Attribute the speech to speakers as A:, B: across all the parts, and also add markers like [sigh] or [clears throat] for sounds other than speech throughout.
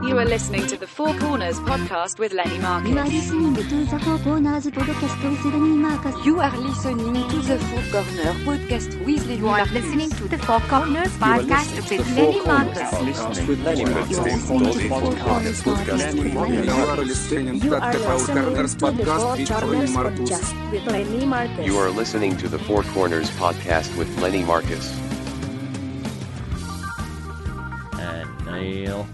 A: You are listening to the Four Corners podcast with Lenny
B: You are
A: Marcus.
B: listening to the Four Corners podcast with Lenny Marcus.
C: You are listening to the Four Corner podcast with Lenny
D: You are
C: Marcus.
D: listening to the Four Corners podcast with Lenny Marcus.
E: You are listening to the Four Corners podcast with Lenny Marcus.
F: You are listening to the Four Corners podcast with Lenny Marcus.
G: And Neil.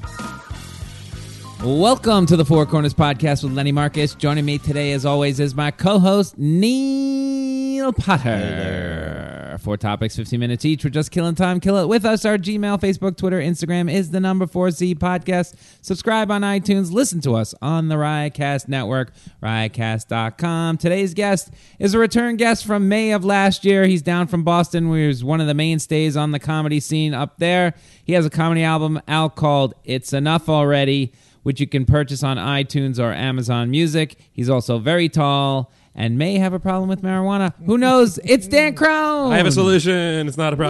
H: Welcome to the Four Corners Podcast with Lenny Marcus. Joining me today, as always, is my co host, Neil Potter. Four topics, 15 minutes each. We're just killing time. Kill it with us. Our Gmail, Facebook, Twitter, Instagram is the number 4C podcast. Subscribe on iTunes. Listen to us on the Riotcast Network, riotcast.com. Today's guest is a return guest from May of last year. He's down from Boston, where he was one of the mainstays on the comedy scene up there. He has a comedy album out called It's Enough Already which you can purchase on iTunes or Amazon Music. He's also very tall and may have a problem with marijuana. Who
G: [laughs]
H: knows? It's Dan Crown.
I: I have a solution. It's not a [laughs]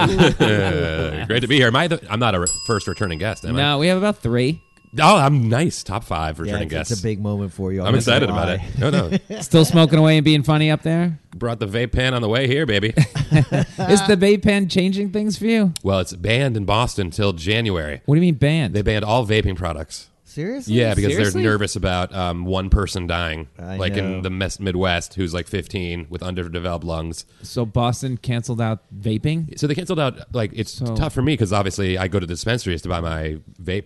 I: problem. Great to be here. Am I the, I'm not a re- first returning guest, am
H: No, we have about three.
I: I? Oh, I'm nice. Top five
G: Yeah,
I: returning
G: it's, it's
I: guests.
G: a big moment for you.
I: I'm
G: not gonna
I: excited about it.
G: lie.
I: No,
G: [laughs]
I: no.
H: Still smoking away and being funny up there.
I: Brought the vape pen on the way here, baby.
G: Uh,
H: Is the vape pen changing things for you?
I: Well, it's banned in Boston till January.
H: What do you mean banned?
I: They banned all vaping products.
G: Seriously?
I: Yeah, because
H: Seriously?
I: they're nervous about um, one person dying,
G: I
I: like
G: know.
I: in the mes- Midwest, who's like 15 with underdeveloped lungs.
H: so Boston canceled out vaping.
I: So they canceled out. Like it's
H: So-
I: tough for me because obviously I go to dispensaries to buy my vape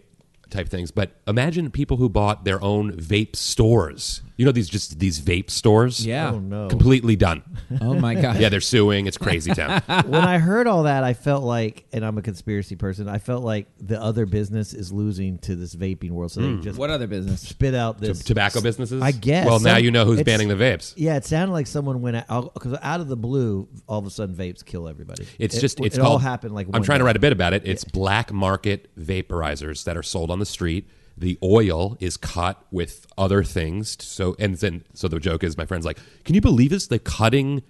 I: type things. But imagine people who bought their own vape stores. You know these just these vape stores.
H: Yeah.
G: Oh, no.
H: [laughs]
I: completely done.
H: Oh my god.
I: [laughs] yeah, they're suing. It's crazy
H: [laughs]
I: town.
G: when I heard all that, I felt like, and I'm a conspiracy person, I felt like the other business is losing to this vaping world. So they just
H: What other business?
G: spit out this.
I: Hmm. Tobacco businesses.
G: I guess.
I: Well, now
G: Some-
I: you know who's
G: it's-
I: banning the vapes.
G: Yeah, it sounded like someone went out because out of the blue, all of a sudden vapes kill everybody.
I: It's
G: It-
I: just
G: it
I: it's
G: all
I: called-
G: happened like
I: I'm
G: one
I: trying to
G: day.
I: write a bit about it. It's black market vaporizers that are sold on the street. The oil is caught with other things. So and then so the joke is my friend's like, Can you believe this? They're cutting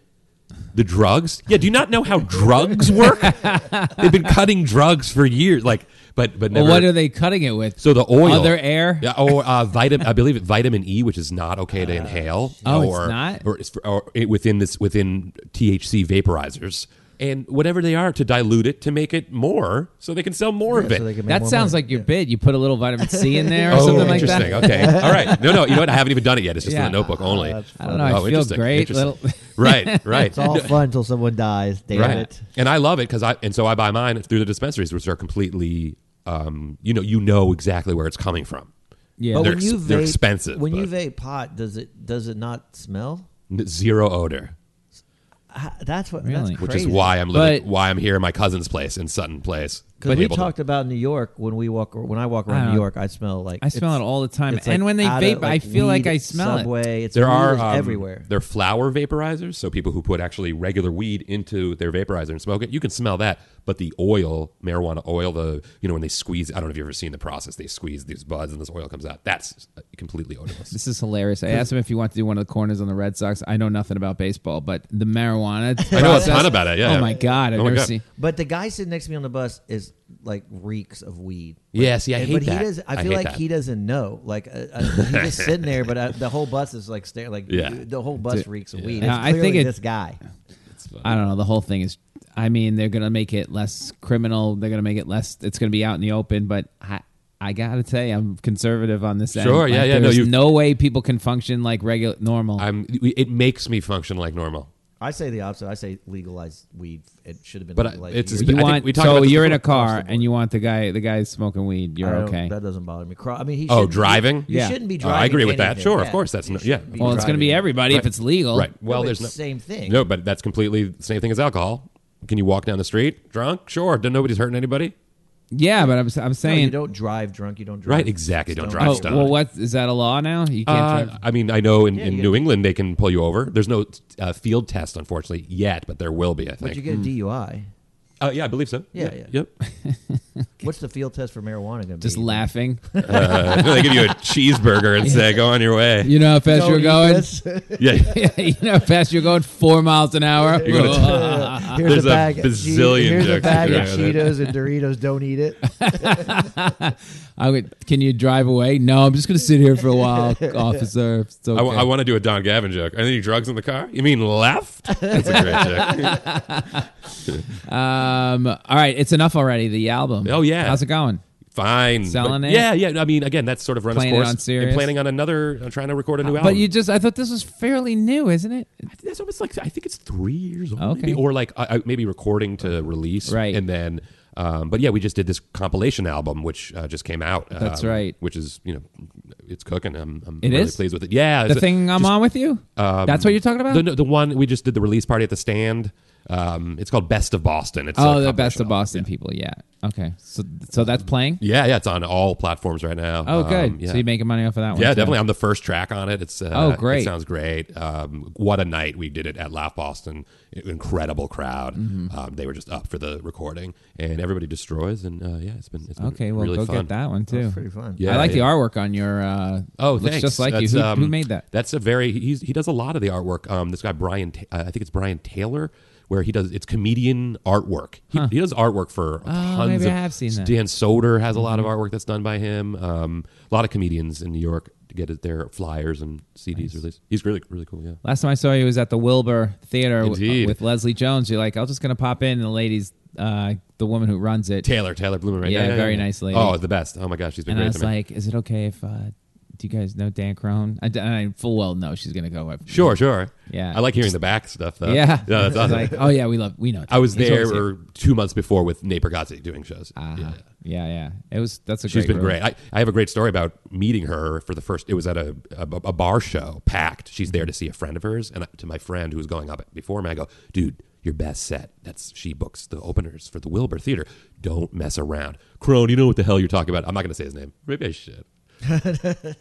I: the drugs? Yeah, do you not know how drugs
G: [laughs]
I: work? They've been cutting drugs for years. Like but but
H: Well,
I: never
H: what are they cutting it with?
I: so the oil,
H: Other air?
I: yeah, or uh, vitamin. I believe it, vitamin E, which is not okay to inhale.
H: oh, it's
I: or,
H: not?
I: or, it's- or it, within this within THC vaporizers and whatever they are to dilute it to make it more, so they can sell more of
G: Yeah,
I: it.
G: so they can make
H: that
G: more
H: sounds
G: money.
H: like your bid. You put a little vitamin C in there or
I: [laughs] Oh,
H: something like
I: interesting.
H: that.
I: Okay, all right. No, no. You know what? I haven't even done it yet. It's just
H: Yeah.
I: in the notebook only.
H: I don't know. I
I: Oh,
H: feel
I: interesting,
H: great.
I: interesting.
H: Little- [laughs]
I: [laughs] right, right.
G: It's all fun until someone dies. Damn
I: right.
G: it.
I: And I love it because I and so I buy mine through the dispensaries, which are completely, um, you know, you know exactly where it's coming from.
H: Yeah.
G: But
I: They're
G: when you
I: ex-
G: vape,
I: they're expensive,
G: When you
I: but-
G: vape pot, does it does it not smell?
I: N- Zero odor.
G: Ah, That's what.
H: Really?
G: That's
I: which
G: crazy.
I: is why I'm living,
H: But-
I: why I'm here in my cousin's place in Sutton Place.
G: Because we
I: Able to-
G: talked about New York when we walk when I walk
H: I
G: around
H: don't-
G: New York, I smell like
H: I smell
G: it's-
H: it all the time.
G: it's,
H: And when they
G: out
H: vape, I feel like I smell it.
G: subway, It's
I: there are
G: weird
I: um,
G: everywhere.
I: There are flower vaporizers, so people who put actually regular weed into their vaporizer and smoke it, you can smell that. But the oil, marijuana oil, the you know when they squeeze, I don't know if you've ever seen the process. They squeeze these buds and this oil comes out. That's uh, completely odorless.
H: This is hilarious. I asked him if he wanted to do one of the corners on the Red Sox. I know nothing about baseball, but the marijuana.
I: [laughs] I know a
H: process-
I: ton about it. Yeah.
H: Oh my god! I've
I: Oh my
H: never
I: God.
H: seen.
G: But the guy sitting next to me on the bus is like reeks of weed. Like,
I: Yeah, see, I
G: and-
I: hate
G: but
I: that.
G: he does. I
I: I
G: feel
I: hate
G: like
I: that.
G: he doesn't know. Like uh, uh,
I: [laughs]
G: he's just sitting there, but uh the whole bus is like staring. Like
I: Yeah.
G: the whole bus reeks of weed.
H: No,
G: It's
H: I think
G: clearly
H: it-
G: this guy.
H: I don't know. The whole thing is. I mean, they're gonna make it less criminal. They're gonna make it less. It's gonna be out in the open. But I, I gotta tell you, I'm conservative on this. end.
I: Sure, yeah,
H: Like,
I: yeah, no,
H: There's
I: you-
H: no, way people can function like regular normal.
I: I'm. It makes me function like normal.
G: I say the opposite. I say legalize weed. It should have been
I: But I-
G: legalized.
I: it's-
G: years
I: I
H: you
I: think
H: want
I: we talked
H: so
I: about this
H: you're in
I: before.
H: a car
G: Across the
H: and you want the guy. The guy's smoking weed. You're
G: I don't-
H: okay.
G: That doesn't bother me. Cro- I mean, he
I: Oh,
G: shouldn't-
I: driving?
G: You
H: Yeah.
G: shouldn't be
I: Oh,
G: driving.
I: I agree with that.
G: anything.
I: Sure, of
G: Yeah.
I: course, that's
G: You
I: no-
G: shouldn't
I: yeah.
G: be
H: well, it's gonna be
G: driving.
H: everybody if
I: Right.
H: it's legal.
I: Right. Well,
G: No,
I: there's
G: it's
I: no
G: same thing.
I: No, but that's completely the same thing as alcohol. Can you walk down the street drunk? Sure. Don't nobody's hurting anybody.
H: Yeah, but I'm I'm
G: No,
H: saying.
G: you don't drive drunk. You don't drive.
I: Right, exactly. Don't
G: stoned.
I: drive
H: oh,
I: stoned.
H: well, what is that a law now? You can't
I: Uh,
H: drive.
I: I mean, I know in, in
G: you
I: New England they can pull you over. There's no uh, field test, unfortunately, yet, but there will be. I Oh,
G: But
I: think.
G: you get a DUI.
I: uh, yeah, I believe so.
G: Yeah,
I: Yep.
G: What's the field test for marijuana going to be?
H: Just laughing.
I: Uh, [laughs] they give you a cheeseburger and say, "Go on your way."
H: [laughs] You know how fast
G: Don't
H: you're
G: eat
H: going.
I: [laughs]
G: this. [laughs]
I: Uh, Yeah,
H: [laughs] you know how fast you're going. Four miles an hour. [laughs]
I: You're gonna-
G: Here's
I: uh, There's
G: a
I: a
G: bag of
I: bazillion
G: Cheetos. Here's a
I: jokes
G: bag of
I: around [laughs] that.
G: Cheetos and Doritos. Don't eat it.
H: I would. Can you drive away? No, I'm just gonna sit here for a while, officer. It's okay.
I: I, want to do a Don Gavin joke. Are there any drugs in the car? You mean left? That's a great
H: [laughs]
I: joke.
H: um. All right. It's enough already. The album.
I: Oh, yeah.
H: How's it going?
I: Fine.
H: Selling
I: But-
H: it?
I: Yeah, yeah. I mean, again, that's sort of run its
H: Playing it
I: course.
H: on Sirius?
I: And planning on another, uh, trying to record a new album.
H: But you just. I thought this was fairly new, isn't it?
I: that's almost like I think it's three years old,
H: Okay.
I: maybe. or like I, I, maybe recording to release,
H: Right.
I: And then, um, but yeah, we just did this compilation album, which uh, just came out.
H: That's
I: um,
H: right.
I: Which is you know, it's cooking. I'm, I'm
H: It
I: really
H: is?
I: pleased with it. Yeah,
H: The
I: it's a-
H: thing I'm on with you.
I: um,
H: That's what you're talking about.
I: The, no, the one we just did the release party at the stand. Um, it's called Best of Boston. It's
H: oh,
I: a
H: the best
I: compilation
H: of
I: album.
H: Boston people. Yeah. Okay. So so that's playing.
I: Yeah, yeah, it's on all platforms right now.
H: Oh,
I: Um,
H: good.
I: yeah.
H: So you're making money off of that one.
I: yeah,
H: too.
I: definitely. I'm the first track on it. It's uh,
H: Oh, great.
I: It sounds great. Um, what a night we did it at Laugh Boston. I- Incredible crowd.
H: Mm-hmm.
I: Um, they were just up for the recording, and everybody destroys. And uh, yeah, it's been, it's been
H: Okay. Well,
I: really
H: go
I: fun.
H: get that one too.
G: That's pretty fun.
I: [laughs] Yeah,
H: I like the
I: yeah.
H: artwork on your. Uh,
I: Oh,
H: looks
I: thanks.
H: just like
I: That's,
H: you. Who,
I: um,
H: who made that?
I: That's a very he's, he does a lot of the artwork. Um, this guy Brian, Ta- uh, I think it's Brian Taylor, where he does it's comedian artwork. He, he does artwork for tons
H: Oh, maybe
I: of.
H: I have seen that. Mm-hmm.
I: Dan Soder has a lot of artwork that's done by him. Um, a lot of comedians in New York to get their flyers and CDs released. He's really really cool. Yeah.
H: Last time I saw you was at the Wilbur Theater w- uh,
I: Indeed.
H: with Leslie Jones. You're like, I'm just gonna pop in, and the lady's uh, the woman who runs it.
I: Taylor, Taylor Bloomer, right?
H: Yeah, very nice lady.
I: Oh, the best. Oh my gosh, she's been
H: and
I: great
H: I was
I: to me.
H: like, Is it okay if? Uh, do you guys know Dan Crone? I, and I full well know she's gonna go. with-
I: sure, sure.
H: Yeah.
I: I like hearing the back stuff though.
H: Yeah.
I: No, that's
H: She's
I: awesome.
H: [laughs] like, oh yeah, we love. We know.
I: [laughs] I was
H: He's
I: there
H: always here."
I: two months before with Nate Bargatze doing shows.
H: Uh-huh.
I: Yeah.
H: Yeah, yeah. It was. That's a.
I: She's
H: great
I: been
H: room.
I: great. I, I have a great story about meeting her for the first. It was at a a, a bar show, packed. She's there to see a friend of hers, and I, to my friend who was going up before me, I go, "Dude, your best set. That's she books the openers for the Wilbur Theater. Don't mess around, Crone. You know what the hell you're talking about. I'm not going to say his name. Maybe I should.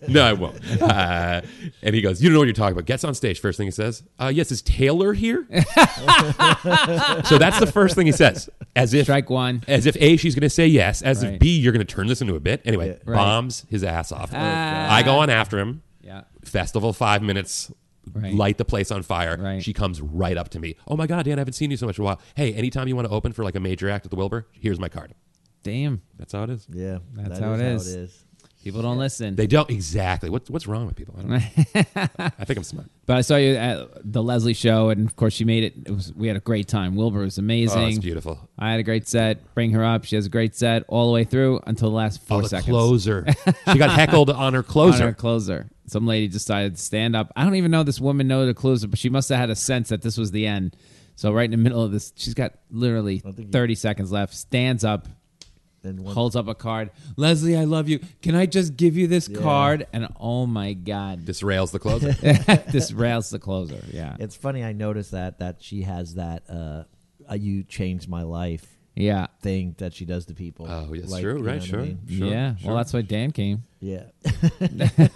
I: no, I won't. Uh, and he goes, "You don't know what you're talking about." Gets on stage. First thing he says, uh, "Yes, is Taylor here?" so that's the first thing he says, as if
H: Strike one.
I: as if A, she's going to say yes. As
H: Right.
I: if B, you're going to turn this into a bit. Anyway,
H: Right.
I: bombs his ass off. I go on after him.
H: Yeah.
I: Festival, five minutes.
H: Right.
I: Light the place on fire.
H: Right.
I: She comes right up to me. Oh my God, Dan, I haven't seen you so much in a while. Hey, anytime you want to open for like a major act at the Wilbur, here's my card.
H: Damn.
I: That's how it is.
G: Yeah,
H: That's
G: that
H: how it is.
G: How it is.
H: People don't listen.
I: They don't exactly. What's what's wrong with people? I don't know. I think I'm smart.
H: But I saw you at the Leslie show, and of course she made it. it was, we had a great time. Wilbur was amazing.
I: Oh, it's beautiful.
H: I had a great set. Bring her up. She has a great set all the way through until the last four
I: oh, the
H: seconds.
I: closer. she got heckled on her
H: On
I: closer.
H: her closer. Some lady decided to stand up. I don't even know this woman know the closer, but she must have had a sense that this was the end. So right in the middle of this, she's got literally
G: think you-
H: thirty seconds left. Stands up,
G: And one,
H: holds up a card. Leslie, I love you. Can I just give you this card? And oh my god,
I: Disrails the closer.
H: this [laughs] rails the closer. Yeah,
G: it's funny. I noticed that that she has that. Uh, uh, you changed my life
H: yeah,
G: thing that she does to people.
I: Oh, yes,
G: Like,
I: true,
G: you know
I: right,
G: what I
I: sure,
G: mean?
I: sure.
H: yeah. Well, that's why Dan came.
G: Yeah.
I: [laughs]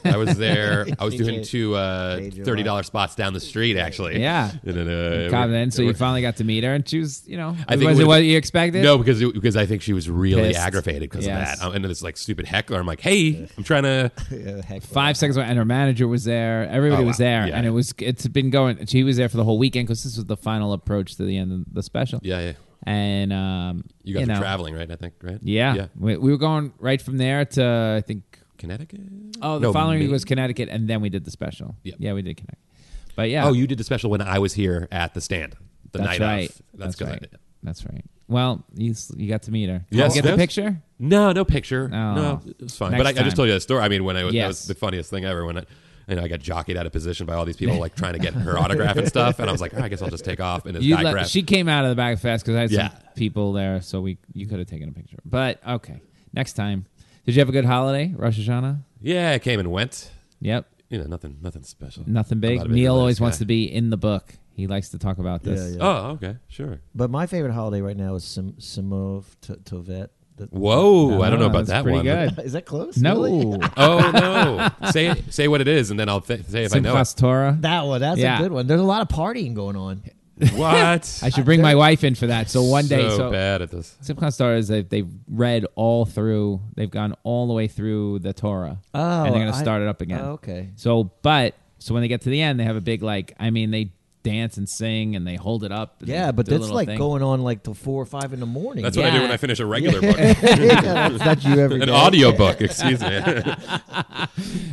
I: I
H: [laughs]
I: was there. I was doing
G: Major-
I: two uh,
G: major
I: thirty dollars spots down the street, actually.
H: Yeah.
I: And then, uh,
H: Confident. So
I: [laughs] we're-
H: you finally got to meet her, and she was, you know,
I: I think
H: was
I: it
H: it
I: would've-
H: what you expected?
I: No, because it, because I think she was really
H: Pissed.
I: aggravated because
H: Yes.
I: of that. Um, and this like stupid heckler. I'm like, hey, I'm
H: [laughs]
I: trying to.
G: Yeah, heck,
H: Five seconds, away, and her manager was there. Everybody
I: Oh,
H: was
I: wow.
H: there,
I: Yeah,
H: and
I: yeah.
H: it was it's been going. She was there for the whole weekend because this was the final approach to the end of the special.
I: Yeah, yeah.
H: and um,
I: You guys are
H: know,
I: traveling, right? I think, right?
H: Yeah,
I: Yeah.
H: We, we were going right from there to I think.
I: Connecticut.
H: Oh, the
I: No,
H: following week
I: Maine.
H: was Connecticut, and then we did the special.
I: Yep.
H: Yeah, we did Connecticut. But yeah,
I: Oh, you did the special when I was here at the stand the
H: that's
I: night
H: right.
I: of. That's, good.
H: right. That's right. Well, you s- you got to meet her. Did
I: Yes,
H: you get the
I: yes.
H: picture.
I: No, no picture.
H: Oh.
I: No, it was fine.
H: Next
I: but I, I
H: time.
I: just told you that story. I mean, when I was, that
H: Yes.
I: was the funniest thing ever. When I, you know, I got jockeyed out of position by all these people like trying to get her autograph and stuff, and I was like, "Oh, I guess I'll just take off. And this
H: You
I: guy
H: let-
I: grabbed.
H: she came out of the back fast because I had
I: Yeah.
H: some people there, so we you could have taken a picture. But okay, next time. Did you have a good holiday, Rosh Hashanah?
I: yeah, it came and went.
H: Yep,
I: You know, nothing, nothing special.
H: nothing
I: I'm
H: big.
I: not a big
H: Neil always
I: religious
H: wants
I: guy.
H: to be in the book. He likes to talk about
G: yeah,
H: this.
G: yeah.
I: Oh, okay, sure.
G: But my favorite holiday right now is Sim- Simov T- Tovet. That-
I: Whoa, I don't know
H: Uh,
I: about
H: that's
I: that
H: pretty
I: one.
H: good.
G: [laughs] Is that close? Really? [laughs]
H: No,
I: [laughs] Oh no! say say what it is, and then I'll th- say if I know.
H: Simchas Torah.
G: That one. That's
H: Yeah.
G: a good one. There's a lot of partying going on.
I: What?
H: [laughs] I should bring my wife in for that. So one day, so,
I: bad at this.
H: Simcon Star is they've, they've read all through. They've gone all the way through the Torah.
G: Oh,
H: and they're gonna
G: I-
H: start it up again.
G: oh, okay.
H: So, but so when they get to the end, they have a big like. I mean, they dance and sing and they hold it up. and
G: Yeah,
H: they
G: but
H: do a
G: that's
H: little
G: like
H: thing.
G: going on like till four or five in the morning. [laughs]
I: That's
G: yeah.
I: what I
H: Yeah.
I: do when I finish a regular book,
G: that's not you every
H: [laughs]
I: an
G: day.
I: audiobook. Excuse me.
H: [laughs]
I: [laughs]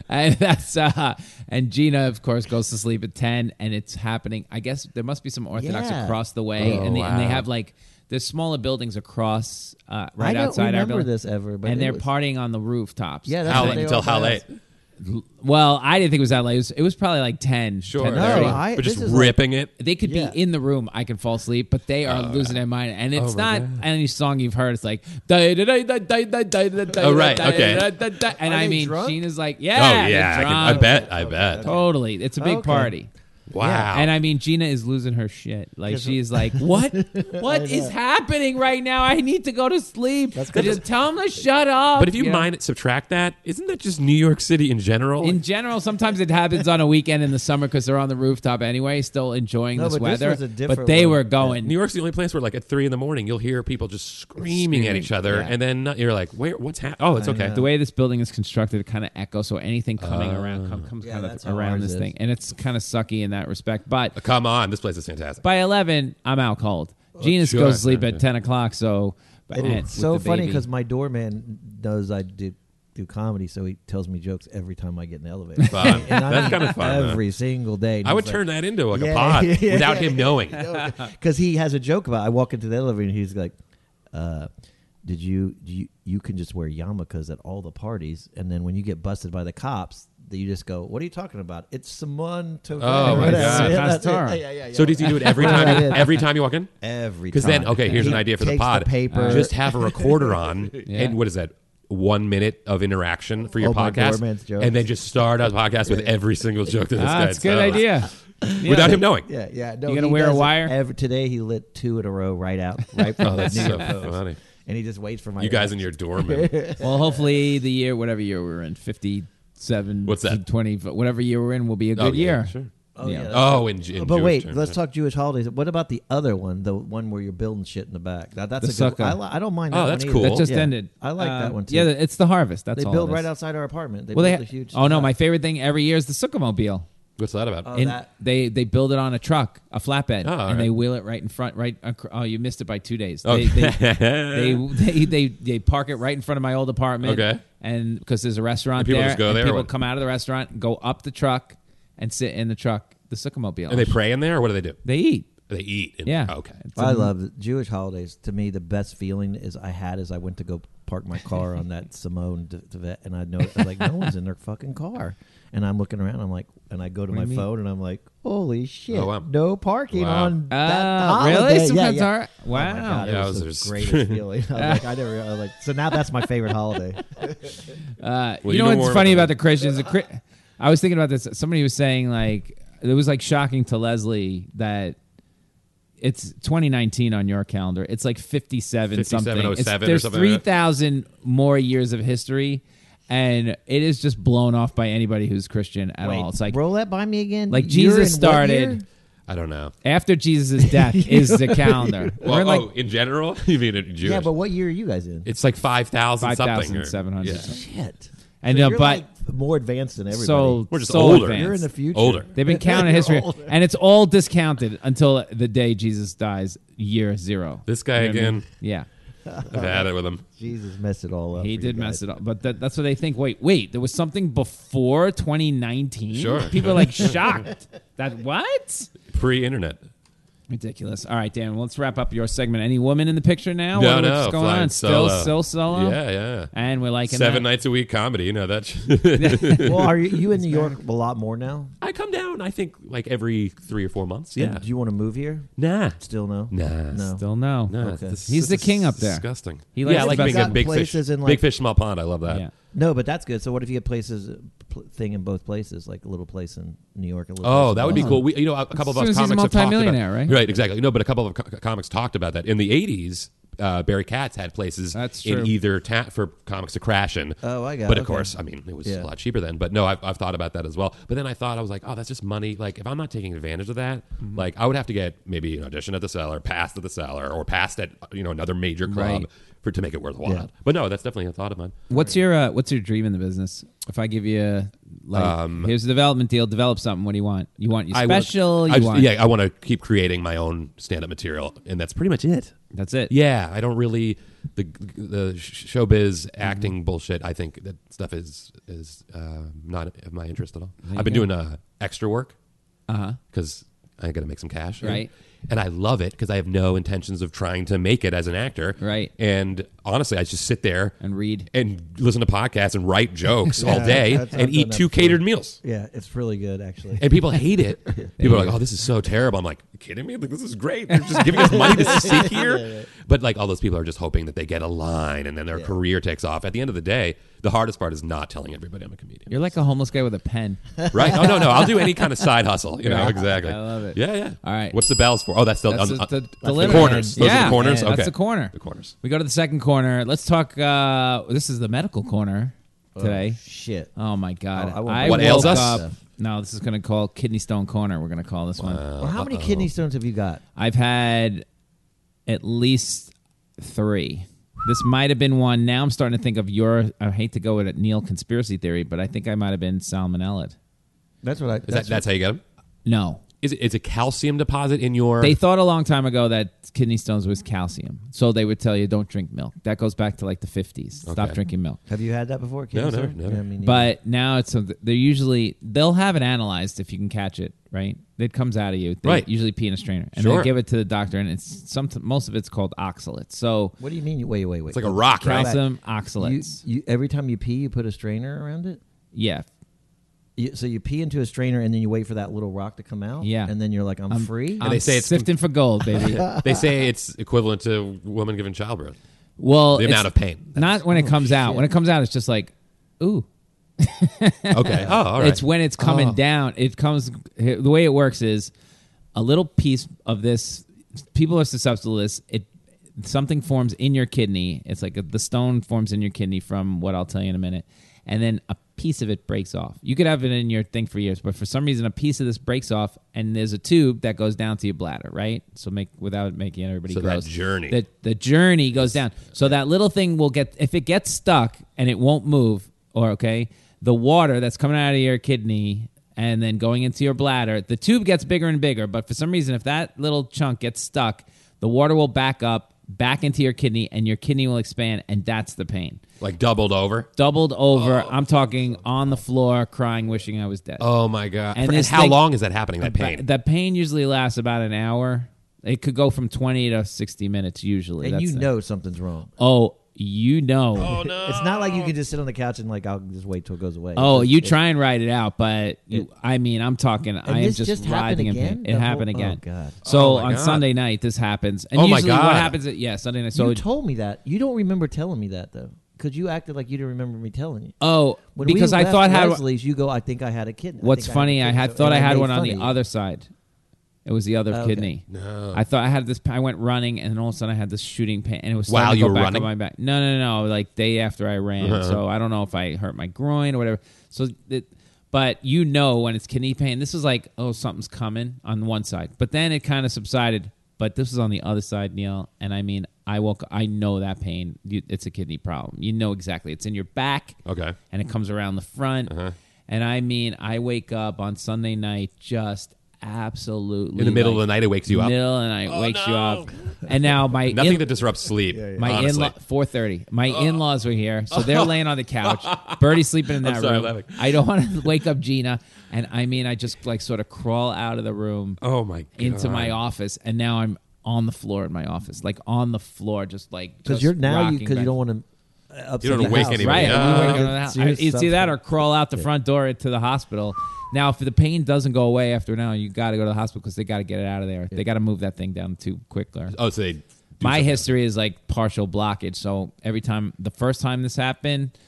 H: and that's uh and Gina of course goes to sleep at 10 and it's happening I guess there must be some Orthodox
G: Yeah.
H: across the way
I: Oh,
H: and, they, and they
I: wow.
H: have like there's smaller buildings across uh, right
G: I don't
H: outside our
G: remember
H: building
G: this ever, but
H: and
G: it
H: they're
G: was-
H: partying on the rooftops
G: Yeah, that's
I: how
G: what they
I: late until
G: all
I: how
G: tell us.
I: late?
H: well I didn't think it was that late it was, it was probably like 10
I: Sure.
H: 10:30.
G: No, I-
I: but just
G: this is like-
I: ripping it.
H: they could
G: Yeah. Oh,
H: be in the room. I could fall asleep, but they are losing their mind. And it's
I: my
H: not any song you've heard. It's like da da da da da da da da da.
I: Oh, right, okay.
H: da, da, da. And
G: Are
H: I
G: they
H: mean,
G: drunk?
H: Gina's like,
I: Oh
H: yeah,
I: yeah, I,
H: they're
I: can, I
H: drunk.
G: Oh,
I: bet. I bet.
H: Totally. It's a big
G: Okay.
H: party.
I: Wow.
H: And I mean, Gina is losing her shit. Like she's like,
G: [laughs]
H: "What? What is happening right now? I need to go to sleep." That's
G: good.
H: Just tell him to shut up.
I: but if you
H: know?
I: mind it, subtract that, isn't that just New York City in general?
H: in general, sometimes it happens on a weekend in the summer because they're on the rooftop anyway, still enjoying
G: No,
H: this
G: but this
H: weather.
G: was a
H: but
G: different
H: they
G: one.
H: were going
I: New York's the only place where, like, at three in the morning, you'll hear people just screaming, at
H: Screaming,
I: each other,
H: yeah.
I: and then not- you're like, "Where? What's happening?" Oh, it's okay.
H: the way this building is constructed, it kind of echoes. So anything coming around
I: Oh.
H: come, comes
G: Yeah,
H: kind of
G: that's how
H: around
G: ours
H: this
G: is.
H: thing, and it's kind of sucky in that respect. But
I: Come on, this place is fantastic.
H: by eleven, I'm out cold. Genius
I: sure.
H: goes to sleep
I: Yeah.
H: at ten o'clock. So
G: And
H: and
G: it's
H: with
G: Oh, so
H: the
G: funny
H: baby.
G: because my doorman knows I do do comedy, so he tells me jokes every time I get in the elevator.
I: Fun.
G: [laughs] And I
I: That's
G: mean,
I: kind of fun. huh?
G: Every single day.
I: I would turn that into like a
G: [laughs]
I: pod without him knowing. [laughs]
G: because he has a joke about. I walk into the elevator and he's like, uh, "Did you do you you can just wear yarmulkes at all the parties, and then when you get busted by the cops." that You just go. What are you talking about? It's Simone Tovey.
I: Oh, my
G: Whatever.
I: God.
G: Yeah, that's it.
H: Tara.
G: Yeah, yeah, yeah, yeah.
I: So does he do it every
G: [laughs] Well,
I: time?
G: it is.
I: every time you walk in?
G: every
I: Because then,
G: time.
I: okay, here's
G: He
I: an idea for the
G: takes
I: pod.
G: paper.
I: Just have a recorder
G: [laughs]
I: on,
H: Yeah.
I: and what is that? One minute of interaction for your
G: Oh, my
I: podcast,
G: doorman's jokes.
I: and then just start a podcast with every single joke that this
H: ah,
I: guy
H: it's a good
I: tells.
H: idea.
I: [laughs] without him knowing.
G: Yeah, yeah. No,
H: You gonna
G: he
H: wear a
G: does it
H: wire?
G: every- today he lit two in a row right out, right
I: [laughs]
G: from
I: Oh,
G: the [laughs]
I: that's
G: New
I: so
G: Year's post.
I: funny.
G: And he just waits for my.
I: You guys and your
G: [laughs]
I: doorman.
H: Well, hopefully the year, whatever year we're in, fifty-seven,
I: What's that?
H: Twenty, whatever year we're in, will be a
I: Oh,
H: good
I: yeah,
H: year.
I: sure.
G: Oh, yeah. that's-
I: Oh, in, in
G: but
I: Jewish
G: wait,
I: terms,
G: let's
I: yeah.
G: talk Jewish holidays. What about the other one, the one where you're building shit in the back? That, that's
H: The
G: a good. I,
H: sukkah.
G: li- I don't mind.
I: Oh,
G: that
I: that's
G: one
I: cool.
G: Either.
H: That just
G: Yeah.
H: ended.
G: I like
H: Uh,
G: that one too.
H: Yeah, it's the harvest. That's
G: they
H: all.
G: build
H: it is.
G: right outside our apartment. They
H: Well, they
G: built
H: ha-
G: a huge.
H: oh no,
G: sukkah.
H: my favorite thing every year is the Sukkahmobile.
I: What's that about?
G: Oh,
H: and
G: that-
H: they they build it on a truck, a flatbed,
I: all
H: and they
I: right.
H: wheel it right in front. Right, acro- oh, you missed it by two days.
I: Oh.
H: They,
I: [laughs]
H: they, they, they they they park it right in front of my old apartment.
I: Okay.
H: and because there's a restaurant
I: And people
H: there,
I: just go
H: and
I: there or
H: people
I: what?
H: come out of the restaurant, go up the truck, and sit in the truck, the Sukkahmobile.
I: and they pray in there, or what do they do?
H: They eat.
I: They eat. in-
H: Yeah.
I: oh, okay.
H: It's
G: I
H: am-
G: love the Jewish holidays. To me, the best feeling is I had is I went to go park my car
H: [laughs]
G: on that Simone d- d- vet, and I know I was like no one's in their fucking car, and I'm looking around. I'm like, and I go to my phone, and I'm like, holy shit,
I: Oh, wow.
G: no parking
I: Wow.
G: on that
H: Ah,
G: holiday.
H: really?
G: Yeah,
H: Sometimes
G: yeah.
H: are-
G: Oh my
H: Wow.
G: God,
I: Yeah,
G: it was,
I: I was
G: the
I: just-
H: [laughs]
G: greatest feeling. I was like, I never, I was like, so now that's my favorite holiday.
H: Uh,
I: Well,
H: you,
I: you
H: know
I: know
H: what's
I: more
H: funny about
I: about
H: the Christians? The Chri- I was thinking about this. Somebody was saying like it was like shocking to Leslie that it's 2019 on your calendar. It's like 57, something. It's-
I: 57, oh or
H: there's
I: something like that.
H: 3,000 more years of history, and it is just blown off by anybody who's Christian [laughs] at all. It's like
G: roll that by me again.
H: like
G: You're
H: Jesus
G: in what year?
H: started
I: I don't know.
H: after Jesus'
G: [laughs]
H: death is the calendar.
I: Well,
H: We're in like
I: oh, in general, [laughs] you mean in Jewish?
G: Yeah, but what year are you guys in?
I: it's like five thousand something. or-
H: 5,700.
I: Yeah.
G: Shit.
H: And,
G: so
H: uh,
G: you're
H: but-
G: like more advanced than everybody.
H: so
I: We're just
H: so
I: older.
H: advanced.
G: You're in the future.
I: Older.
H: They've
G: [laughs]
H: been counting history, and it's all discounted until the day Jesus dies, year zero.
I: This guy
H: what I
I: again.
H: mean? yeah,
I: I've had it with him.
G: Jesus messed it all up.
H: he
G: for
H: did
G: you
H: mess
G: guys.
H: it up, but that, that's what they think. Wait, wait, there was something before 2019.
I: Sure.
H: people are
I: [laughs]
H: like shocked that what?
I: Pre-internet.
H: Ridiculous. All right, Dan, let's wrap up your segment. Any woman in the picture now?
I: No,
H: What-
I: no,
H: what's going
I: flying
H: on? Still,
I: solo.
H: still solo.
I: Yeah, yeah.
H: and we're liking
I: Seven
H: that.
I: nights a week comedy. You know that.
G: Well, are you, you in New York a lot more now?
I: [laughs] I come down. I think like every three or four months. Yeah.
G: Do you want to move here?
I: nah.
G: Still no.
I: Nah.
G: No.
H: Still no.
I: Nah,
G: Okay.
I: this-
H: He's
I: this
H: the king
I: is
H: up there.
I: Disgusting.
H: He likes
I: yeah, I like
H: the
I: being a
H: best-
I: big fish.
G: places in, like-
I: big fish small pond. I love that.
H: Yeah.
G: No, but that's good. So what if you get places uh, pl- thing in both places, like a little place in New York? A little place
I: Oh,
G: in
I: that would be
G: Boston?
I: cool. We, you know, a couple of
H: As
I: us
H: soon as he's a
I: comics have talked about
H: multimillionaire, right?
I: Right, exactly. No, but a couple of co- comics talked about that in the '80s. uh, Barry Katz had places
H: That's true.
I: in either ta- for comics to crash in.
G: Oh, I got it.
I: But of
G: Okay.
I: course, I mean, it was
G: Yeah.
I: a lot cheaper then. But no, I've, I've thought about that as well. But then I thought I was like, oh, that's just money. Like if I'm not taking advantage of that,
H: Mm-hmm.
I: like I would have to get maybe an audition at the cellar, passed at the cellar, or passed at you know another major club
H: Right.
I: for to make it worthwhile.
G: Yeah.
I: But no, that's definitely a thought of mine.
H: What's your uh, What's your dream in the business? If I give you a, like, here's a development deal, develop something. What do you want? You want your
I: Um, I want-
H: special?
I: I
H: you
I: just-
H: want?
I: yeah, I want to keep creating my own stand up material, and that's pretty much it.
H: that's it.
I: Yeah, I don't really the the sh- showbiz
H: Mm-hmm.
I: acting bullshit. I think that stuff is is uh, not of my interest at all. I've been
H: go. Uh-huh.
I: doing uh, extra work because I got to make some cash, and-
H: Right.
I: And I love it because I have no intentions of trying to make it as an actor,
H: Right.
I: And honestly, I just sit there
H: And read.
I: and listen to podcasts and
H: [laughs]
I: write jokes all
G: Yeah,
I: day
G: that's- I've
I: and
G: done
I: eat
G: that
I: two
G: before.
I: catered meals.
G: Yeah, it's really good actually.
I: And people hate
H: [laughs]
I: it. people are like, "Oh, this is so terrible." I'm like, you "Kidding me? Like, this is great. They're just giving us money
H: [laughs]
I: to sit here." But like, all those people are just hoping that they get a line and then their career takes off. At the end of the day, the hardest part is not telling everybody I'm a comedian,
H: You're like a homeless guy with a
I: [laughs]
H: pen.
I: right? No, no, no. I'll
H: [laughs]
I: do any kind of side hustle. You know,
H: Yeah.
I: exactly.
H: I love it.
I: Yeah, yeah.
H: All right.
I: What's the bells for? Oh, that's the,
H: That's
I: on-
H: the,
I: on-
H: the, the
I: the
H: limit.
I: corners. Those
H: yeah,
I: are the corners.
H: That's
I: okay.
H: the corner.
I: The corners.
H: We go to the second corner. Let's talk. Uh, this is the medical corner today.
G: Oh, Shit.
H: Oh my god!
G: Oh, I won't-
H: I
I: What
H: woke
I: ails us?
H: Up, no, this is going to call kidney stone corner. We're going to call this one.
G: Well, how many kidney stones have you got?
H: I've had at least three. This might have been one. Now I'm starting to think of your. I hate to go with a Neil conspiracy theory, but I think I might have been salmonella.
G: That's what I.
I: Is that, that's how you get them.
H: No,
I: Is it? It's a calcium deposit in your.
H: they thought a long time ago that kidney stones was calcium, so they would tell you don't drink milk. That goes back to like the 50s. Stop
I: Okay.
H: drinking milk.
G: have you had that before?
I: No,
G: kidney
I: never,
G: stone?
I: never.
G: Yeah, me neither.
H: But now it's something- they're usually they'll have it analyzed if you can catch it right. It comes out of you. They
I: Right.
H: Usually pee in a strainer, and
I: Sure.
H: they give it to the doctor, and it's some most of it's called oxalates. So
G: what do you mean? you- Wait, wait, wait.
I: it's like a rock, right?
H: calcium
G: You,
H: oxalates.
G: you, every time you pee, you put a strainer around it.
H: yeah.
G: You, so you pee into a strainer, and then you wait for that little rock to come out.
H: Yeah.
G: and then you're like, I'm, free.
H: I'm
I: they say it's com-
H: sifting for gold,
I: [laughs]
H: baby. [laughs]
I: they say it's equivalent to a woman giving childbirth.
H: well,
I: The
H: it's
I: amount of pain. Oh,
H: Not when it comes out. When it comes out, it's just like, ooh.
I: Okay. Oh, all right. Oh.
H: It's when it's coming down. It comes the way it works is a little piece of this. People are susceptible to this. It something forms in your kidney. It's like the stone forms in your kidney from what I'll tell you in a minute, and then a piece of it breaks off. You could have it in your thing for years, but for some reason, a piece of this breaks off, and there's a tube that goes down to your bladder, right? So make without making everybody
I: So that
H: gross.
I: journey.
H: The- the journey goes down. So that little thing will get if it gets stuck and it won't move, or okay, the water that's coming out of your kidney and then going into your bladder, the tube gets bigger and bigger, but for some reason if that little chunk gets stuck, the water will back up back into your kidney and your kidney will expand and that's the pain.
I: like doubled over.
H: Doubled over, I'm talking on the floor crying wishing I was dead.
I: Oh my god!
H: And
I: And,
H: this
I: how
H: thing-
I: long is that happening? That
H: Ba-
I: pain.
H: That pain usually lasts about an hour. It could go from 20 to 60 minutes usually.
G: and
H: That's
G: you
H: it.
G: know something's wrong.
H: Oh, you know. Oh,
G: It's not like you can just sit on the couch and like I'll just wait till it goes away. It's-
H: Oh, you
G: it's-
H: try and write it out, but you, I mean, I'm talking. I am
G: this
H: just,
G: just happened
H: writhing in
G: again?
H: pain. It
G: The whole-
H: happened again.
G: oh, God.
H: So
I: Oh, my
H: on
I: God.
H: Sunday night, this happens. And
I: Oh, my
H: usually, what
I: God.
H: happens? Is, yeah, Sunday night. So
G: you told me that. You don't remember telling me that though, because you acted like you didn't remember me telling you.
H: oh,
G: When we
H: because I
G: left
H: thought how.
G: Leslie's, you go. I think I had a kidney.
H: What's
G: think
H: funny, I
G: kidney."
H: had
G: So-
H: thought
G: and
H: I had
G: made
H: one on
G: fun
H: the
G: of you.
H: other side. It was the other
G: okay.
H: kidney. No. I thought I had this. I went running, and then all of a sudden I had this shooting pain, and it was
I: While
H: starting to
I: you
H: go
I: were
H: back
I: running? Uh-huh.
H: up my back. No, no, no, no. Like day after I ran, so I don't know if I hurt my groin or whatever. So, it, but you know when it's kidney pain, this is like oh something's coming on one side, but then it kind of subsided. But this was on the other side, Neil, and I mean I woke. I know that pain. You, it's a kidney problem. You know exactly. It's in your back
I: Okay.
H: and it comes around the front.
I: Uh-huh.
H: And I mean, I wake up on Sunday night just absolutely
I: In the middle
H: like,
I: of the night, it wakes you up.
H: Middle and I wakes you up, and now my
I: [laughs] Nothing
H: in-
I: that disrupts sleep.
H: my in
I: honestly.
H: law four thirty. My in laws were here, so they're laying on the couch. Birdie's sleeping in that
I: sorry,
H: room.
I: laughing.
H: I don't want to [laughs] wake up Gina, and I mean, I just like sort of crawl out of the room
I: Oh my! God.
H: into my office, and now I'm on the floor in my office, like on the floor, just like
G: because
H: just
G: you're now you
H: rocking
G: because you
H: back
G: don't want to.
I: You don't wanna wake anybody
H: Right.
I: Yeah.
H: we were
I: Uh,
H: gonna- I-
G: it's your
H: it's either that or
G: substance.
H: crawl out the front door to the hospital. Now, if the pain doesn't go away after now, you got to go to the hospital because they got to get it out of there. They got to move that thing down too quickly.
I: Oh, so they. do
H: My
I: something.
H: history is like partial blockage. So every time, the first time this happened,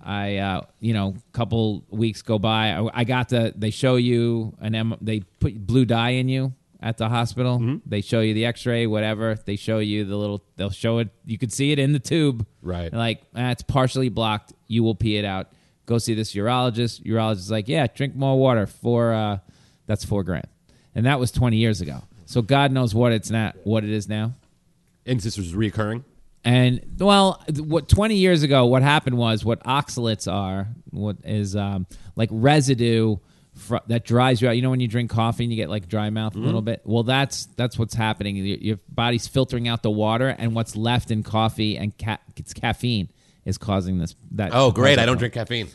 H: I, uh, you know, couple weeks go by. I, I got the, they show you an M, they put blue dye in you. at the hospital.
I: Mm-hmm.
H: They show you the X-ray, whatever. They show you the little. They'll show it. You can see it in the tube.
I: Right.
H: Like ah, it's partially blocked. You will pee it out. Go see this urologist. Urologist is like, yeah, drink more water. For uh, that's four grand, and that was twenty years ago. So God knows what it's not. What it is now.
I: And this was reoccurring.
H: And well, th- what twenty years ago, what happened was what oxalates are, what is um, like residue fr- that dries you out. You know when you drink coffee and you get like dry mouth
I: Mm-hmm.
H: a little bit. Well, that's that's what's happening. Your, your body's filtering out the water, and what's left in coffee and ca- it's caffeine is causing this. That
I: Oh, great! I don't drink caffeine.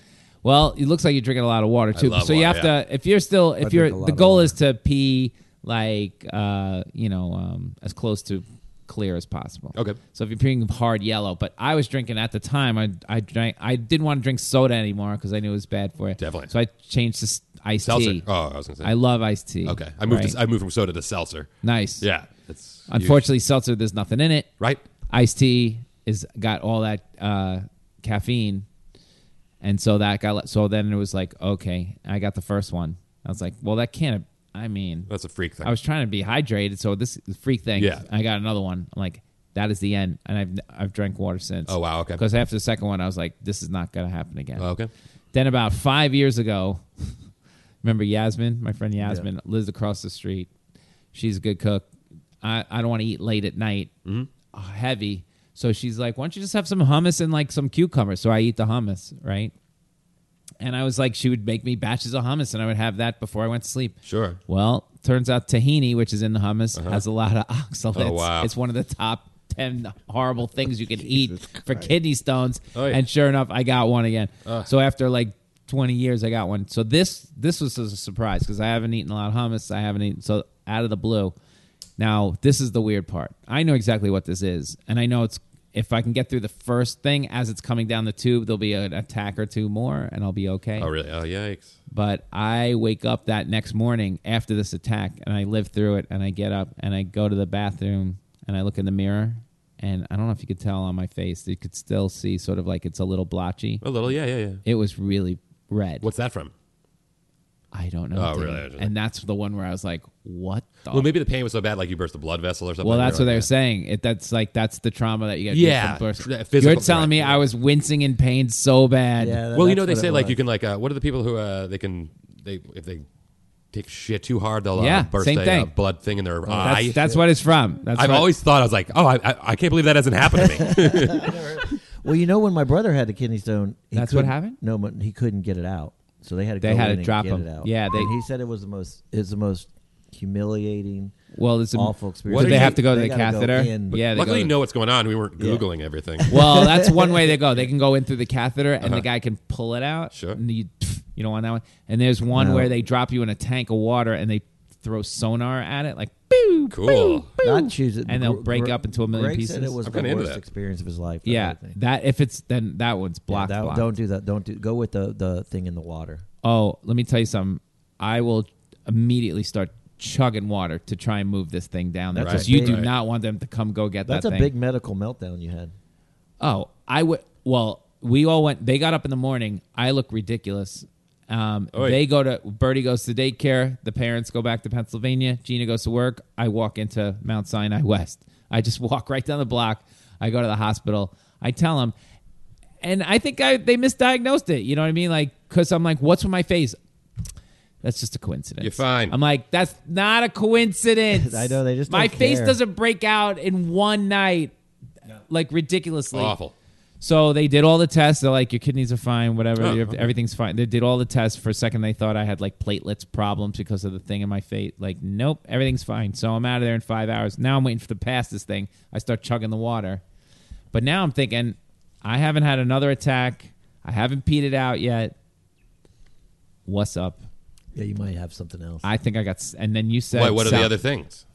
H: well, it looks like you're drinking a lot of water too.
I: love
H: so you
I: water,
H: have
I: yeah.
H: to if you're still if
G: drink a
H: you're
G: lot
H: the
G: of
H: goal
G: water.
H: is to pee like uh, you know um, as close to clear as possible.
I: Okay.
H: So if you're peeing hard yellow, but I was drinking at the time I I drank I didn't want to drink soda anymore because I knew it was bad for you.
I: Definitely.
H: So I changed to s- iced
I: Seltzer.
H: tea.
I: Oh, I was gonna say.
H: I love iced tea.
I: okay, I moved. To,
H: right?
I: I moved from soda to seltzer.
H: nice.
I: Yeah, that's huge.
H: Unfortunately, seltzer there's nothing in it.
I: right?
H: Iced tea is got all that uh, caffeine, and so that got le- so then it was like okay, I got the first one. I was like, well, that can't. I mean,
I: That's a freak thing.
H: I was trying to be hydrated, so this is freak thing.
I: Yeah.
H: I got another one. I'm like, that is the end, and I've I've drank water since.
I: Oh, wow, okay.
H: Because after the second one, I was like, this is not gonna happen again.
I: Oh, okay.
H: Then about five years ago, [laughs] remember Yasmin, my friend Yasmin, lives across the street. She's a good cook. I, I don't want to eat late at night, uh, heavy. So she's like, why don't you just have some hummus and like some cucumbers? So I eat the hummus, right? And I was like, she would make me batches of hummus, and I would have that before I went to sleep.
I: Sure.
H: Well, turns out tahini, which is in the hummus, has a lot of oxalates.
I: Uh-huh. Oh, wow.
H: It's one of the top ten horrible things
I: [laughs]
H: you can eat for kidney stones.
I: Oh, yeah.
H: And sure enough, I got one again. So after like twenty years, I got one. So this this was a surprise because I haven't eaten a lot of hummus. I haven't eaten so out of the blue. Now this is the weird part. I know exactly what this is, and I know it's. If I can get through the first thing as it's coming down the tube, there'll be an attack or two more, and I'll be okay
I: Oh, really? Oh, yikes!
H: but I wake up that next morning after this attack and I live through it and I get up and I go to the bathroom and I look in the mirror and I don't know if you could tell on my face, you could still see sort of like it's a little blotchy.
I: A little. Yeah, yeah, yeah.
H: It was really red.
I: What's that from?
H: I don't know.
I: Oh,
H: dude.
I: really? I just-
H: And that's the one where I was like, what the
I: Well, maybe the pain was so bad, like you burst a blood vessel or something.
H: Oh. Well, that's what they
I: like,
H: were saying. It, that's like that's the trauma that you get.
I: Yeah,
H: from birth.
I: that physical-
H: you're telling me
I: right, yeah.
H: I was wincing in pain so bad.
G: Yeah, that-
I: Well, you know
G: that's
I: they
G: what
I: say
G: it
I: like
G: was.
I: you can like uh, what are the people who uh, they can they if they take shit too hard they'll uh,
H: Yeah,
I: burst
H: same
I: a uh,
H: thing.
I: blood thing in their eye.
H: that's, that's what it's from. That's
I: Oh, I've
H: what-
I: always thought I was like, oh, I, I, I can't believe that hasn't happened
H: [laughs]
I: to me.
G: Well, you know when my brother had the kidney stone, he
H: That's what
G: couldn't-
H: happened?
G: No, but he couldn't get it out, so they had to.
H: They
G: go
H: had
G: in
H: to
G: and
H: drop
G: get
H: him.
G: it out.
H: Yeah, they-
G: And he said it was the most. It's the most humiliating.
H: well. It's a,
G: awful experience.
I: What
H: Did
I: are
H: they
I: you-
H: have to go to
G: they
H: the
G: gotta go
H: catheter?
G: in.
H: yeah. they
I: Luckily,
H: go-
I: you know what's going on. We weren't googling everything.
H: [laughs] Well,
G: [laughs]
H: that's one way they go. They can go in through the catheter, and
G: Uh-huh.
H: the guy can pull it out.
I: Sure.
H: And you, pff, you don't want that one. And there's one
G: No.
H: where they drop you in a tank of water, and they throw sonar at it, like boo,
I: Cool.
H: [laughs] boo, boo.
G: Not choose it,
H: And they'll break up into a million
G: Greg Said it
H: pieces.
G: was
I: I'm
G: the
I: kinda into
G: worst
I: that.
G: experience of his life. that
H: Yeah,
G: whole thing.
H: that if it's then that one's blocked.
G: That-
H: blocked.
G: Don't do that. Don't do. Go with the the thing in the water.
H: Oh, let me tell you something. I will immediately start chugging water to try and move this thing down there
G: That's a
H: because you
G: big-
H: do
G: Right.
H: not want them to come go get
G: That's
H: that.
G: a
H: thing.
G: big medical meltdown you had.
H: Oh, I would. Well, we all went. They got up in the morning. I look ridiculous. Um,
I: Oi.
H: they go to Bertie goes to daycare. The parents go back to Pennsylvania. Gina goes to work. I walk into Mount Sinai West. I just [laughs] walk right down the block. I go to the hospital. I tell them, and I think I they misdiagnosed it. You know what I mean? Like, cause I'm like, what's with my face? That's just a coincidence.
I: You're fine.
H: I'm like, that's not a coincidence.
G: [laughs] I know, they just
H: my
G: don't
H: face
G: care.
H: doesn't break out in one night, like ridiculously.
I: Awful.
H: So they did all the tests. They're like, your kidneys are fine, whatever.
I: Oh,
H: Your-
I: okay.
H: Everything's fine. They did all the tests. For a second, they thought I had like platelets problems because of the thing in my face. Like, nope, everything's fine. So I'm out of there in five hours. Now I'm waiting for the pass this thing. I start chugging the water. But now I'm thinking, I haven't had another attack. I haven't peed it out yet. What's up?
G: Yeah, you might have something else.
H: I think I got. s- And then you said,
I: Wait, what are the
H: sal-
I: other things?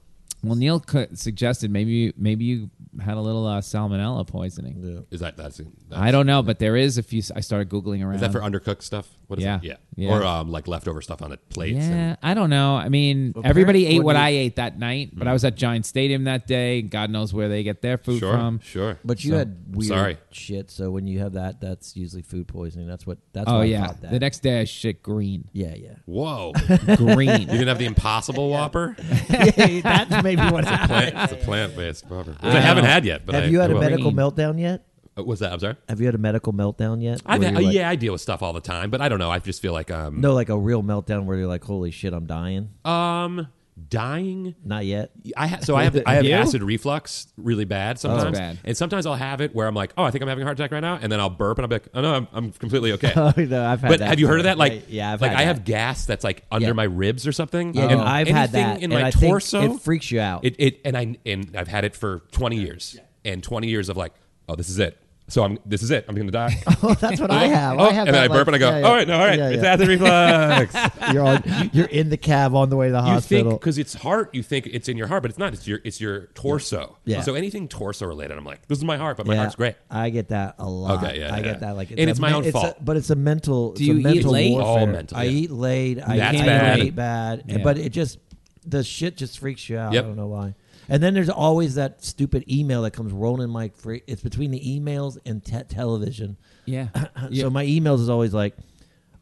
H: Well, Neil c- suggested maybe maybe you had a little uh, salmonella poisoning.
I: Is that that's? that's
H: I don't know, but there is a few. I started googling around.
I: Is that for undercooked stuff? What is
H: Yeah.
I: it? Yeah.
H: Yeah.
I: Or um, like leftover stuff on the plates.
H: yeah,
I: and-
H: I don't know. I mean,
G: Well,
H: everybody
G: parents
H: ate what
G: wouldn't-
H: I ate that night, but I was at Giant Stadium that day. God knows where they get their food
I: Mm. sure.
H: from.
I: Sure.
G: But you
H: So-
G: had weird
I: Sorry.
G: shit. So when you have that, that's usually food poisoning. That's what. That's
H: Oh
G: why I
H: yeah,
G: thought that.
H: the next day I shit green,
I: [laughs]
G: yeah, [laughs] yeah.
H: [laughs]
I: Whoa. You
H: green.
I: didn't have the Impossible
H: [laughs]
I: Whopper?
G: yeah that's maybe what. Have
I: Plant- it's a plant-based Whopper, which I,
H: don't
I: haven't
H: know.
I: had
G: [laughs]
I: yet. But I,
G: you had
I: I
G: a
I: will.
G: medical
H: Green.
G: meltdown yet?
I: Uh, What's that? I'm sorry.
G: Have you had a medical meltdown yet?
I: I've
G: Where
I: had,
G: you're like-
I: yeah, I deal with stuff all the time, but I don't know. I just feel like um,
G: No, like a real meltdown where you're like, "Holy shit, I'm dying."
I: um, dying.
G: Not yet.
I: I ha- so I have I have
H: You?
I: acid reflux really bad
G: Oh,
I: sometimes,
H: bad.
I: and sometimes I'll have it where I'm like, oh, I think I'm having a heart attack right now, and then I'll burp and I'll be like, oh no, I'm, I'm completely okay.
G: [laughs] Oh, no, [laughs] I've had
I: but
G: that
I: have you heard of that?
G: before.
I: Like,
G: yeah, I've
I: like
G: had
I: I
G: that.
I: have gas that's like under
G: Yeah.
I: my ribs or something.
G: Yeah,
I: and
G: and I've had
I: anything
G: that,
I: in
G: and
I: my
G: I think
I: torso.
G: it freaks you out.
I: It, it and I and I've had it for 20 years, and 20 years of like, oh, this is it. So I'm this is it. I'm gonna die.
G: Oh, [laughs] that's what [laughs] I have.
I: Oh,
G: I have
I: and then I
G: that,
I: burp
G: like-
I: and I go,
G: yeah, yeah.
I: all right, no, all right,
G: Yeah,
I: it's
G: yeah. [laughs]
I: acid reflux.
G: You're on, you're in the cab on the way to the
I: you think
G: hospital.
I: because it's heart, you think it's in your heart, but it's not. It's your it's your torso.
G: Yeah.
I: So anything torso related, I'm like, this is my heart, but my
G: yeah,
I: heart's great.
G: I get that a lot.
I: Okay, yeah,
G: I
I: yeah,
G: get
I: yeah.
G: that like,
I: And it's
G: a
I: my
G: men-
I: own
G: it's a-
I: fault.
G: but it's a mental. it's
H: you
G: a
H: eat
G: mental
H: late?
G: Warfare.
I: All mental,
G: I
I: yeah.
G: eat late. I,
I: That's
G: I
I: bad.
G: eat bad.
H: Yeah.
G: But it just the shit just freaks you out.
I: Yep.
G: I don't know why. And then there's always that stupid email that comes rolling in my. Free, it's between the emails and te- television.
H: yeah,
I: [clears throat]
H: yeah.
G: Uh, So my emails is always like,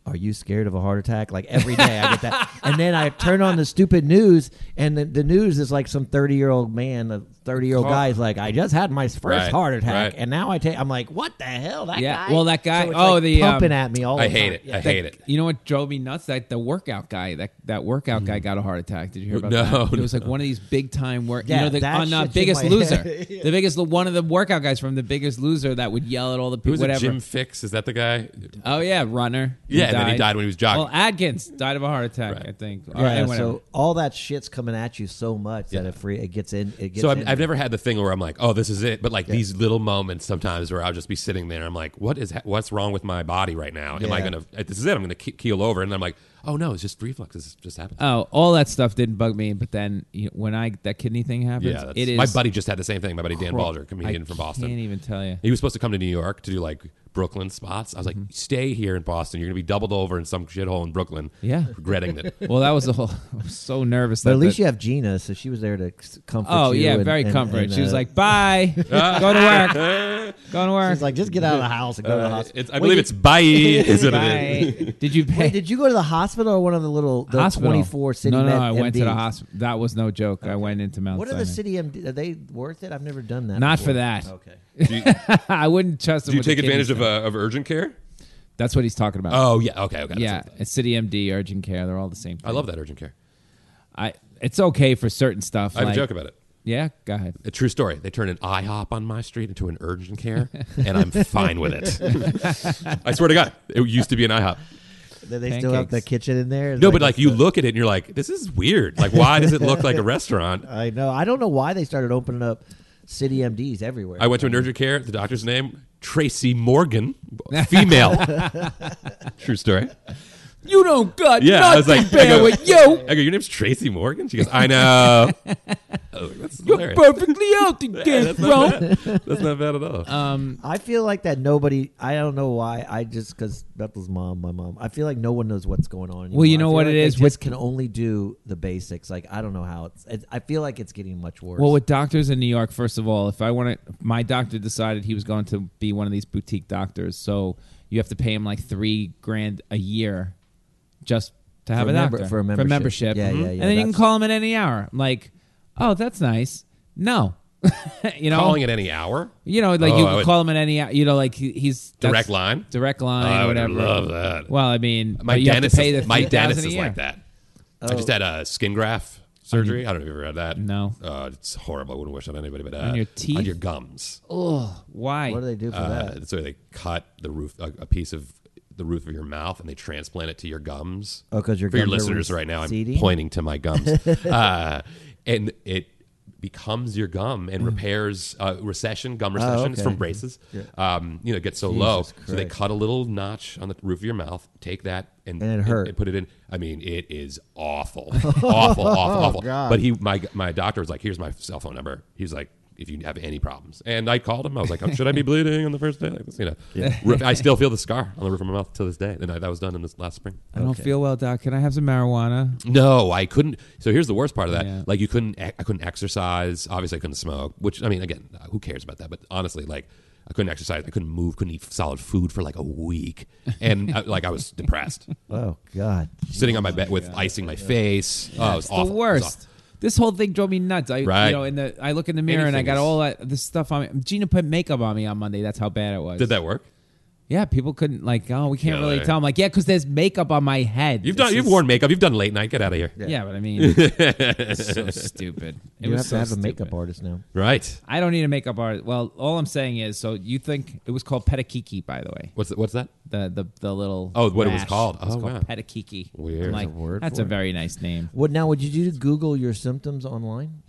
G: "Are you scared of a heart attack?" Like every day I get that, and then I turn on the stupid news, and the, the news is like some thirty year old man, a thirty year old guy is like, "I just had my first
I: Right,
G: heart
I: right.
G: attack, and now I take." I'm like, "What the hell?" That
H: Yeah,
G: guy.
H: well, that guy-
G: So it's
H: oh,
G: like
H: the, um,
G: pumping at me all.
I: I
G: the
I: hate
G: time.
I: it.
G: Yeah.
I: I hate it.
H: You know what drove me nuts? That the workout guy, that that workout guy got a heart attack. Did you hear about
I: Mm. No, [laughs]
H: that? It was like one of these big time work. you
G: Yeah,
H: know, the,
G: that
H: on uh,
G: shit's in
H: Biggest
G: my
H: Loser,
G: head. [laughs] Yeah.
H: the biggest one of the workout guys from the Biggest Loser that would yell at all the
I: Who
H: people.
I: was
H: Whatever.
I: it? Jim Fix? Is that the guy?
H: oh yeah, runner.
I: Yeah, and then he died when he was jogging.
H: Well, Adkins died of a heart attack, I think. All
G: Yeah,
H: right, whatever.
G: so all that shit's coming at you so much that it free it gets in. It gets
I: So
G: in
I: I've, I've
G: you.
I: never had the thing where I'm like, oh, this is it. But like these little moments sometimes where I'll just be sitting there, and I'm like, what is ha- what's wrong with my body right now? Am I
G: Yeah.
I: gonna? uh, This is it. I'm gonna ke- keel over, and I'm like, oh no, it's just reflux. This just happened.
H: Oh, all that stuff didn't bug me, but then you know, when I that kidney thing happens,
I: yeah, that's,
H: it is
I: my buddy just had the same thing. My buddy Dan
H: cro-
I: Balder, comedian
H: I
I: from Boston.
H: Can't even tell you.
I: He was supposed to come to New York to do like Brooklyn spots. I was like, stay here in Boston. You're gonna be doubled over in some shithole in Brooklyn.
H: Yeah.
I: regretting that.
H: Well, that was the whole. [laughs] I was so nervous.
G: But
H: that
G: at least
H: the-
G: you have Gina, so she was there to c- comfort
H: Oh
G: you.
H: yeah,
G: and-
H: very
G: and-
H: comfort.
G: and,
H: she was
G: uh,
H: like,
I: [laughs]
H: "Bye, go to work, go to work."
G: she's like, just get out of the house and go to the hospital.
I: Uh, It's, I
G: Wait,
I: believe
G: did-
I: it's
G: [laughs]
I: bye. Is what it is.
H: Bye. [laughs] Did you pay?
G: Wait, did you go to the hospital or one of the little the
H: hospital?
G: 24 city
H: No, no,
G: med-
H: I went to the
G: MDs?
H: hospital. That was no joke. I went into Mount.
G: What are the
H: Sinai.
G: city MD? Are they worth it? I've never done that.
H: Not
G: before.
H: for that.
G: Okay.
I: Do you, do
H: [laughs] I wouldn't trust them.
I: you
H: with the
I: take advantage
H: kidney
I: of, uh, of urgent care?
H: stuff. That's what he's talking about.
I: Oh yeah. Okay. Okay. that's
H: yeah,
I: it.
H: at City MD, Urgent Care, they're all the same.
I: I love that urgent care.
H: I it's okay for certain stuff.
I: I have
H: like-
I: a joke about it.
H: Yeah, go ahead.
I: A true story. They turned an IHOP on my street into an urgent care, and I'm fine with it. I swear to God, it used to be an IHOP.
G: Do they still have the
H: Pancakes.
G: kitchen in there? It's
I: No, but like you look at it and you're like, this is weird. Like, why does it look like a restaurant?
G: I know. I don't know why they started opening up city MDs everywhere.
I: I went to an urgent care. The doctor's name Tracy Morgan,
H: [laughs]
I: female. True story.
H: You don't got
I: Yeah, I was
H: nothing
I: like, I
H: bad
I: go-
H: with you.
I: I go, your name's Tracy Morgan. She goes,
H: [laughs]
I: I know. I was like, that's
H: You're
I: hilarious.
H: perfectly
I: [laughs]
H: healthy, kid,
I: that's
H: bro.
I: not bad. That's not bad at all.
H: Um,
G: I feel like that nobody. I don't know why. I just because Bethel's mom, my mom. I feel like no one knows what's going on.
H: Well, you
G: anymore. I
H: know
G: feel
H: what
G: like
H: it
G: they
H: is
G: Just
H: with-
G: can only do the basics. Like I don't know how it's. It, I feel like it's getting much worse.
H: well, with doctors in New York, first of all, if I want to, my doctor decided he was going to be one of these boutique doctors, so you have to pay him like three grand a year just to have
G: For
H: a
G: a member-
H: doctor mm-hmm.
G: for a membership. Yeah, yeah, yeah,
H: And then you can
G: that's-
H: call him at any hour. I'm like, oh, that's nice. No, [laughs] you know,
I: Calling at any hour.
H: You know, like
I: Oh,
H: you
I: I
H: can
I: would-
H: call him at any, you know, like he, he's that's-
I: Direct line? Oh,
H: direct line,
I: I would
H: whatever.
I: love that.
H: Well, I mean,
I: My
H: but you
I: dentist.
H: have to pay
I: is,
H: the
I: my
H: 3,000
I: dentist
H: a
I: is
H: year. Oh.
I: like that.
G: Oh,
I: I just had a skin graft surgery. I don't know if you ever had that.
H: No.
I: Uh, it's horrible. I wouldn't wish it on anybody. But uh,
H: On your teeth?
I: on your gums.
H: Why?
G: what do they do for
I: Uh,
G: that?
I: so they cut the roof, a, a piece of the roof of your mouth, and they transplant it to your gums.
G: Oh, 'cause your
I: for your
G: gums are
I: listeners right now,
G: receding?
I: I'm pointing to my
G: [laughs]
I: gums, uh, and it becomes your gum and repairs uh, recession, gum recession. It's
G: Mm. Oh, okay.
I: from braces. Um, you know, it gets so low, so they cut a little notch on the roof of your mouth. Take that and,
G: And it hurt.
I: and put it in. I mean, it is
G: [laughs] Oh,
I: awful, awful, awful, awful. But he, my my doctor was like, "Here's my cell phone number." He's like. if you have any problems. And I called him. I was like, "Oh, should I
G: [laughs]
I: be bleeding on the first day? Like this, you know, Roof- I still feel the scar on the roof of my mouth to this day. And I, that was done in this last spring.
H: I don't feel well, Doc. Can I have some marijuana?
I: No, I couldn't. So here's the worst part of that.
H: Yeah.
I: Like you couldn't, e, I couldn't exercise. Obviously, I couldn't smoke. Which I mean, again, uh, who cares about that? But honestly, like I couldn't exercise. I couldn't move. Couldn't eat solid food for like a week, and I, [laughs] like I was depressed,
G: Oh God.
I: sitting on my bed with icing my face. oh, it was
H: It's
I: awful. It
H: the
I: was
H: worst.
I: awful.
H: This whole thing drove me nuts. I,
I: Right.
H: you know, in the I look in the mirror and I
I: Anything
H: got
I: is-
H: all that this stuff on me. Gina put makeup on me on Monday. That's how bad it was.
I: Did that work?
H: Yeah, people couldn't like. Oh, we can't
I: Yeah,
H: really
I: they-
H: tell. I'm like, yeah, because there's makeup on my head.
I: You've
H: This
I: done. You've
H: is-
I: worn makeup. You've done late night. Get out of here.
H: Yeah, but I
I: [laughs]
H: mean, it's so stupid. It
G: You
H: was
G: have
H: so
G: to have a
H: stupid.
G: makeup artist now.
I: Right.
H: I don't need a makeup artist. Well, all I'm saying is, so you think it was called petakiki, by the way,
I: What's what's that?
H: the the, the little
I: Oh, what it was
H: rash.
I: called.
H: It was
I: Oh,
H: called
I: wow.
H: petakiki.
I: Weird.
H: I'm
I: There's
H: like,
G: a word
H: that's
G: for
H: a
G: it.
H: very nice name.
G: What now? Would you do to Google your symptoms online?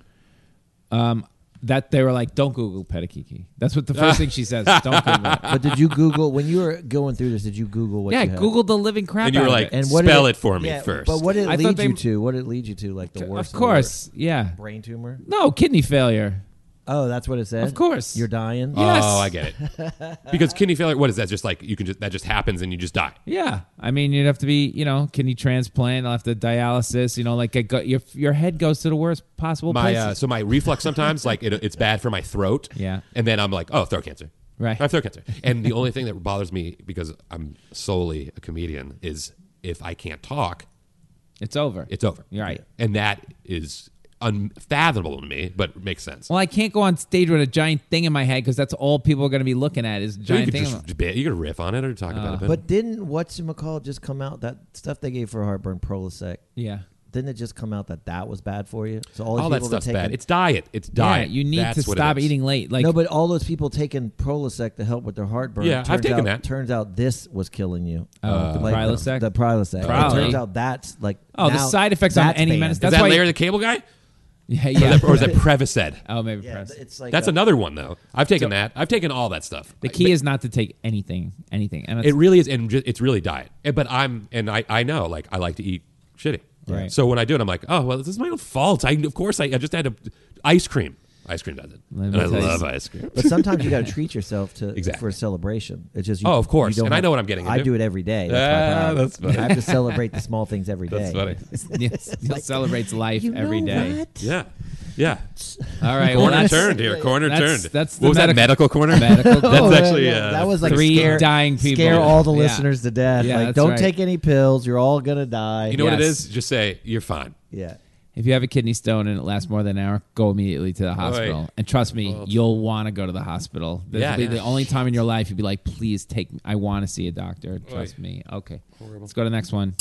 H: Um, that they were like, don't Google petakiki. That's what the first thing she
I: [laughs]
H: says. is, Don't Google. It.
G: But did you Google when you were going through this? Did you Google what?
H: yeah,
G: you had?
H: Google the living crap.
I: And you
H: out
I: were
H: of
I: like,
H: it.
G: what
I: Spell it for me
G: yeah,
I: first.
G: But what did it
H: I thought
G: lead
H: they-
G: you to? What did it lead you to? Like the worst.
H: of
G: the worst?
H: course, yeah,
G: brain tumor.
H: no kidney failure.
G: Oh, that's what it said.
H: Of course.
G: you're dying.
H: Yes.
I: Oh, I get it.
H: [laughs]
I: Because kidney failure. What is that? Just like you can just that just happens and you just die.
H: Yeah, I mean, you'd have to be, you know, kidney transplant. I'll have to dialysis. You know, like I go, your your head goes to the worst possible
I: my
H: places.
I: uh, so my reflux sometimes like it, it's bad for my throat.
H: Yeah.
I: and then I'm like, oh, throat cancer.
H: Right.
I: I have throat cancer. And the only thing that bothers me because I'm solely a comedian is if I can't talk,
H: it's over.
I: it's over.
H: You're right.
I: And that is unfathomable to me, but it makes sense.
H: Well, I can't go on stage with a giant thing in my head because that's all people are going to be looking at is a
I: you
H: giant
I: could
H: thing. Uh, in
I: just bit, you could riff on it or talk about it.
G: But didn't what's McCall just come out that stuff they gave for heartburn Prilosec?
H: my- yeah.
G: Didn't it just come out that that was bad for you? So all, these
I: all that
G: people that
I: stuff's
G: taking-
I: bad. It's diet. It's diet.
H: yeah, you need
I: That's
H: to
I: what it
H: stop
I: is.
H: eating late. Like
G: no, but all those people taking Prilosec to help with their heartburn.
I: Yeah, I've
G: turns
I: taken
G: out,
I: that.
G: Turns out this was killing you. Oh,
H: the Prilosec?
G: The, Prilosec.
H: Probably.
G: It turns out that's like.
H: Oh, the
G: now
H: side effects on
G: that's
H: any
G: banned.
H: medicine-
I: Is
H: That's
I: that
H: why-
I: Larry the Cable Guy?
H: [laughs] yeah,
I: Or
H: yeah.
I: is that,
H: [laughs]
I: or is that Prevacid?
H: oh, maybe
G: [laughs] Yeah,
H: press.
G: it's like uh,
I: That's
G: a-
I: another one though. I've taken that. I've taken all that stuff.
H: the
I: I-
H: key is not to take anything, anything. And
I: It
H: it's,
I: really is, and ju- it's really diet. And- But I'm, and I, I know, like I like to eat shitty.
H: Right.
I: So when I do it, I'm like, oh well, this is my own fault. I, of course, I, I just had a, ice cream. Ice cream does it,
H: Let
I: and
H: me
I: I
H: tell you
I: love
H: something.
I: ice cream.
G: But sometimes you
I: [laughs]
G: got to treat yourself to
I: Exactly.
G: for a celebration. It's just you,
I: Oh, of course.
G: you don't
I: And I
G: have-
I: know what I'm getting
G: I
I: into.
G: do it every day.
I: Ah, that's
G: That's, my problem.
I: funny.
G: I have to celebrate the small things every day.
I: [laughs] That's
G: [laughs]
I: funny.
H: [laughs] yes, it celebrates life
G: You
H: every
G: know
H: day.
G: what?
I: Yeah, yeah.
H: All right, well,
I: Corner
H: that's-
I: turned here. Corner
H: that's-
I: turned.
H: that's the
I: what was that
H: medical-
I: medical
H: [laughs]
I: corner? [laughs]
H: Medical
I: that's
H: corner.
I: actually
G: Oh, Yeah,
I: uh,
G: that was like
H: three
G: scare,
H: dying people.
G: Scare all the
H: Yeah.
G: listeners to death.
H: Yeah,
G: like,
H: that's
G: don't
H: right.
G: take any pills. You're all gonna die.
I: You know what it
H: Yes.
I: is? Just say you're fine.
G: yeah.
H: If you have a kidney stone and it lasts more than an hour, go immediately to the hospital. And trust me, you'll want to go to the hospital. This
I: Yeah,
H: will be
I: yeah.
H: the only time in your life you'd be like, please take me. I want to see a doctor. Trust
I: Oy.
H: me. Okay. Let's go to the next one.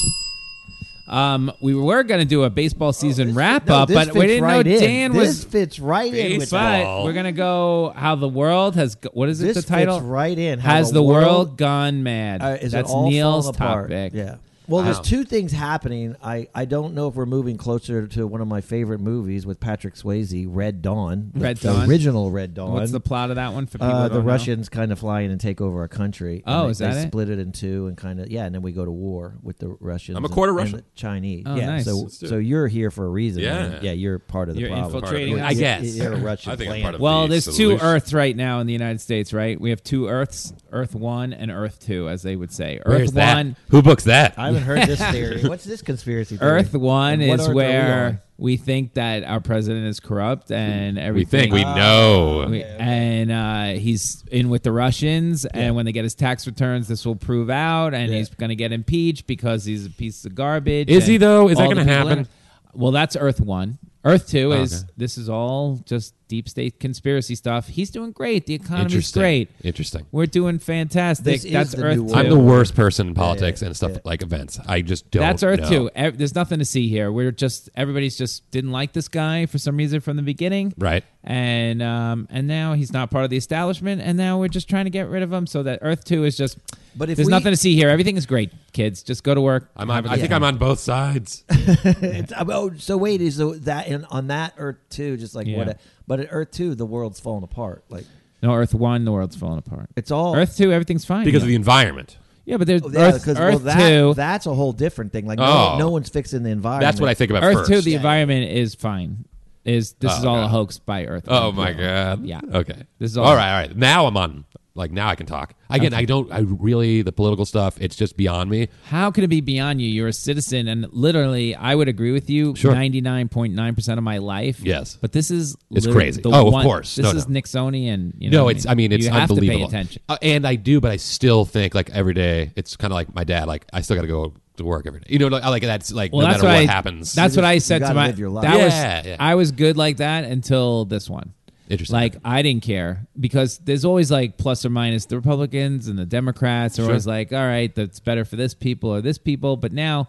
H: Um, we were going to do a baseball season wrap
G: [laughs] No,
H: up,
G: Oh, this
H: but we
G: fits
H: didn't
G: right
H: know
G: in.
H: Dan
G: this
H: was.
G: fits right in with
I: Baseball.
G: that.
H: But
I: Ball.
H: we're going to go how the world has. go- What is it,
G: This
H: the title?
G: fits right in. How
H: Has
G: the
H: the, world,
G: world-
H: gone mad?
G: Uh, is
H: That's
G: it all
H: Neil's
G: falling apart?
H: topic.
G: Yeah. Well,
I: Wow.
G: there's two things happening. I, I don't know if we're moving closer to one of my favorite movies with Patrick Swayze, Red Dawn. the-
H: Red
G: the
H: Dawn?
G: original Red Dawn.
H: What's the plot of that one for people?
G: Uh,
H: that
G: the
H: don't know?
G: Russians kind of fly in and take over a country.
H: Oh,
G: and they,
H: is that
G: they
H: it?
G: Split it in two and kind of yeah, and then we go to war with the Russians.
I: I'm a quarter
G: and,
I: Russian.
G: and the Chinese.
H: Oh,
G: yeah,
H: nice.
G: so
H: Let's
I: do it.
G: so you're here for a reason.
I: Yeah.
G: man. yeah, you're part of the
H: You're
G: problem.
H: infiltrating
I: Part of it. I
H: us.
I: guess.
G: You're a
I: [laughs]
G: Russian
I: I think I'm
G: plan.
I: part of
H: Well,
I: the
H: there's
I: solution.
H: two Earths right now in the United States, right? We have two Earths, Earth One and Earth Two, as they would say. Earth
I: Where's that?
H: One,
I: Who books that?
G: I haven't
H: [laughs]
G: heard this theory. What's this conspiracy theory?
H: Earth One
G: And what
H: is
G: Earth are we on?
H: where we, think that our president is corrupt and
I: we
H: everything.
I: think we know.
H: We- And uh, he's in with the Russians, and when they get his tax returns, this will prove out, and
G: Yeah.
H: he's going to get impeached because he's a piece of garbage.
I: Is he,
H: and
I: though? Is that
H: all the
I: gonna
H: people in
I: happen?
H: it- Well, that's Earth One. Earth Two
I: Oh,
H: is
I: okay.
H: this is all just deep state conspiracy stuff. He's doing great. The economy's
I: Interesting.
H: great.
I: Interesting.
H: We're doing fantastic.
G: This is
H: That's
G: the
H: Earth
G: new
H: Two.
G: world.
I: I'm the worst person in politics
G: yeah,
I: and stuff
G: yeah.
I: like events. I just don't.
H: That's Earth
I: know.
H: Two. Ev- There's nothing to see here. We're just everybody's just didn't like this guy for some reason from the beginning,
I: Right.
H: And um, and now he's not part of the establishment, and now we're just trying to get rid of him. So that Earth Two is just.
G: But if
H: there's
G: we-
H: nothing to see here, everything is great. Kids, just go to work.
I: I'm on,
H: Have a
I: I
H: good
I: think
H: time.
I: I'm on both sides.
G: It's, oh, so wait, is the- that in, on that Earth too? Just like
H: Yeah.
G: what? a- but at Earth two, the world's falling apart. Like
H: No Earth One, the world's falling apart.
G: it's all
H: Earth Two, everything's fine
I: because
H: yeah.
I: of the environment.
H: yeah, but there's
G: Oh, yeah,
H: Earth,
G: 'cause,
H: Earth
G: well, that,
H: Two.
G: That's a whole different thing. Like
I: Oh.
G: no, no one's fixing the environment.
I: That's what I think about
H: Earth
I: first. Oh,
H: Two, the environment is fine. is this is all a
I: God.
H: hoax by Earth.
I: Oh my god.
H: Yeah.
I: Okay.
H: This is all-
I: all right. All right. Now I'm on. Like now I can talk. Again, I don't. I really the political stuff. It's just beyond me.
H: How can it be beyond you? You're a citizen, and literally, I would agree with you.
I: Sure.
H: Ninety nine point nine percent of my life.
I: Yes.
H: but this is
I: It's
H: literally
I: crazy.
H: the
I: Oh, of
H: one-
I: course.
H: This
I: No,
H: is
I: no.
H: Nixonian. You know
I: no,
H: what I
I: it's.
H: mean?
I: I mean, it's
H: you have To
I: unbelievable.
H: pay attention.
I: Uh, and I do, but I still think like every day. It's kind of like my dad. Like I still got to go to work every day. You know, like, I like that's like
H: Well,
I: no
H: that's
I: matter what
H: what I-
I: happens.
H: That's what I
G: you
H: said to
G: gotta
H: my.
G: live your life.
H: That
I: Yeah,
H: was
I: yeah.
H: I was good like that until this one.
I: Interesting.
H: Like I didn't care because there's always like plus or minus the Republicans and the Democrats are always like, all right, that's better for this people or this people. But now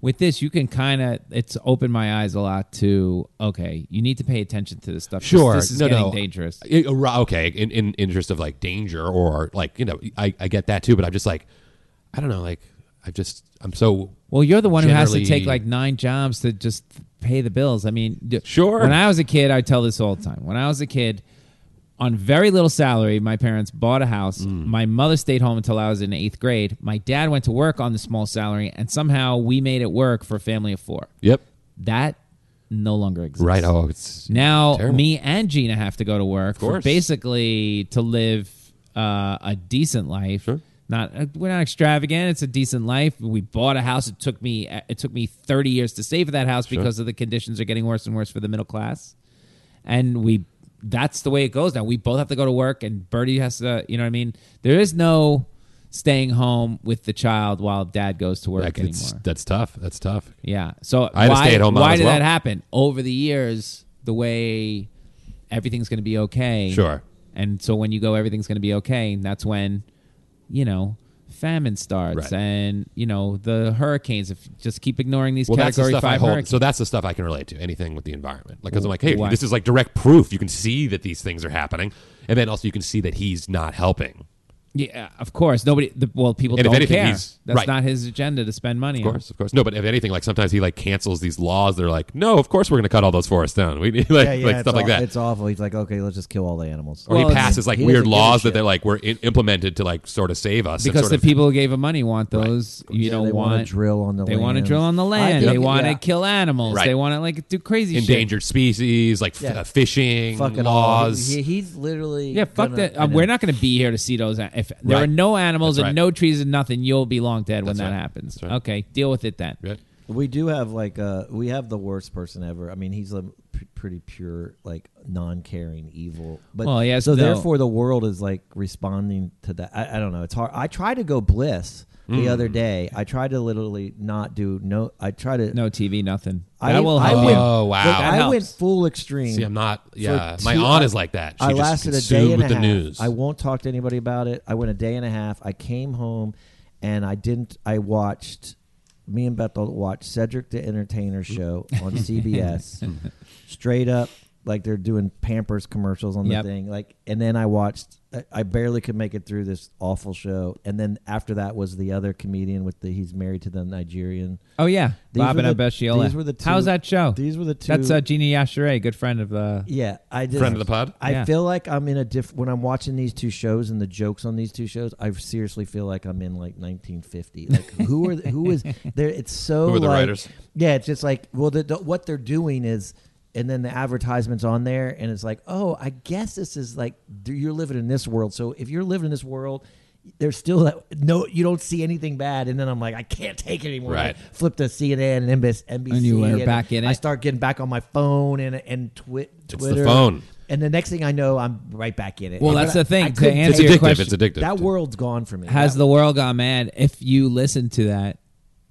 H: with this, you can kind of it's opened my eyes a lot to okay, you need to pay attention to this stuff. 'cause
I: Sure.
H: this is
I: no,
H: getting
I: no.
H: dangerous.
I: It- uh, ri- okay. In, in interest of like danger or like you know, I, I get that too. But I'm just like, I don't know. Like I just I'm so
H: Well, you're the one who has to take
I: generally-
H: like nine jobs to just pay the bills. I mean, d-
I: Sure.
H: When I was a kid, I tell this all the time. When I was a kid, on very little salary, my parents bought a house.
I: Mm.
H: My mother stayed home until I was in eighth grade. My dad went to work on the small salary, and somehow we made it work for a family of four.
I: Yep.
H: That no longer exists.
I: Right. Oh, it's
H: Now
I: Terrible.
H: me and Gina have to go to work for
I: course.
H: basically to live uh, a decent life.
I: Sure.
H: Not uh, we're not extravagant. It's a decent life. We bought a house. It took me it took me thirty years to save for that house because of the conditions are getting worse and worse for the middle class. And we that's the way it goes now. We both have to go to work, and Bertie has to. You know what I mean? There is no staying home with the child while dad goes to work
I: like,
H: anymore.
I: it's that's tough. That's tough.
H: Yeah. So
I: I had a
H: why,
I: stay-at-home mom
H: why
I: as
H: did
I: well.
H: that happen? Over the years, the way everything's going to be okay.
I: Sure.
H: And so when you go, everything's going to be okay. And that's when, you know, famine starts
I: Right.
H: and, you know, the hurricanes. If just keep ignoring these
I: Well, that's the
H: category
I: stuff I
H: five
I: hold.
H: hurricanes.
I: So that's the stuff I can relate to. Anything with the environment, like because I'm like, hey,
H: Why?
I: this is like direct proof. You can see that these things are happening, and then also you can see that he's not helping.
H: yeah, of course. Nobody, the, well, people
I: And if
H: don't
I: anything,
H: care.
I: he's-
H: that's
I: right.
H: not his agenda to spend money
I: Of course, of course. No, but if anything, like sometimes he like cancels these laws. They're like, no, of course we're going to cut all those forests down. We need [laughs] like,
G: yeah, yeah,
I: like
G: it's
I: stuff like
G: aw-
I: that.
G: It's awful. He's like, okay, let's just kill all the animals.
I: or
H: Well,
I: he
H: it's-
I: passes like
G: he
I: weird
G: doesn't give a
I: laws that
G: shit.
I: they're like were in- implemented to like sort of save us. and
H: Because
I: sort
H: the
I: of-
H: people who gave him money want those, you
G: Yeah,
H: know,
G: they wanna
H: want
G: drill on the
H: They want to
G: land.
H: drill on the
G: I
H: land.
G: think-
H: They want to
G: yeah.
H: kill animals.
I: Right.
H: They want to like do crazy shit.
I: endangered species, like f-
G: Yeah.
I: uh, fishing
G: fucking
I: laws.
G: All. He- he's literally
H: Yeah, fuck
G: gonna-
H: that.
G: I
H: Um,
G: know.
H: we're not going to be here to see those. a- If there
I: Right.
H: are no animals
I: That's
H: and
I: right.
H: no trees and nothing, you'll be long dead when
I: That's
H: that
I: right.
H: happens.
I: That's right.
H: Okay, deal with it then.
I: Right?
G: We do have like uh we have the worst person ever. I mean, he's a p- pretty pure like non-caring evil. But
H: Well, he has
G: so
H: no-
G: therefore the world is like responding to that. I, I don't know. It's hard. I tried to go bliss the
H: Mm.
G: other day. I tried to literally not do no. I tried to
H: No TV, nothing.
G: I,
H: that will
G: I
H: help.
G: went,
H: you.
I: Oh, wow.
G: look,
I: That
G: I
H: helps.
G: went full extreme.
I: See, I'm not. Yeah,
G: For
I: my
G: two-
I: aunt
G: I-
I: is like that. She
G: I
I: just
G: lasted a
I: consumed
G: day and
I: with the
G: a half.
I: news.
G: I won't talk to anybody about it. I went a day and a half. I came home, and I didn't. I watched. Me and Bethel watched Cedric the Entertainer
I: [laughs]
G: show on CBS. Straight up, like they're doing Pampers commercials on the
H: Yep.
G: thing. Like, and then I watched. I- I barely could make it through this awful show. And then after that was the other comedian with the. He's married to the Nigerian.
H: Oh yeah,
G: These
H: Bob
G: were
H: and
G: the-
H: Abeshiola.
G: these were the
H: How's
G: two-
H: that show?
G: these were the two-
H: That's uh, Jeannie Yashere, good friend of uh, the.
G: Yeah, I just
I: Friend of the pod?
G: I
H: Yeah.
G: feel like I'm in a diff. When I'm watching these two shows and the jokes on these two shows, I seriously feel like I'm in like 1950. Like who are
H: [laughs]
G: who is there? It's so
I: Who are the
G: like-
I: writers?
G: Yeah, it's just like well, the, the, what they're doing is, and then the advertisements on there, and it's like, oh, I guess this is like th- you're living in this world. So if you're living in this world. There's still that no, you don't see anything bad, and then I'm like, I can't take it anymore.
I: Right.
G: I flip to CNN and NBC,
H: And you are back in
G: I
H: it.
G: start getting back on my phone and and twi-
I: the
G: Twitter.
I: phone.
G: And the next thing I know, I'm right back in it.
H: Well,
G: But
H: that's
G: I-
H: the thing.
G: I
H: To
G: couldn't
H: answer
G: take
H: your
G: it.
I: addictive.
H: question,
I: It's addictive.
G: that world's gone for me.
H: has
G: That-
H: the world gone mad? If you listen to that,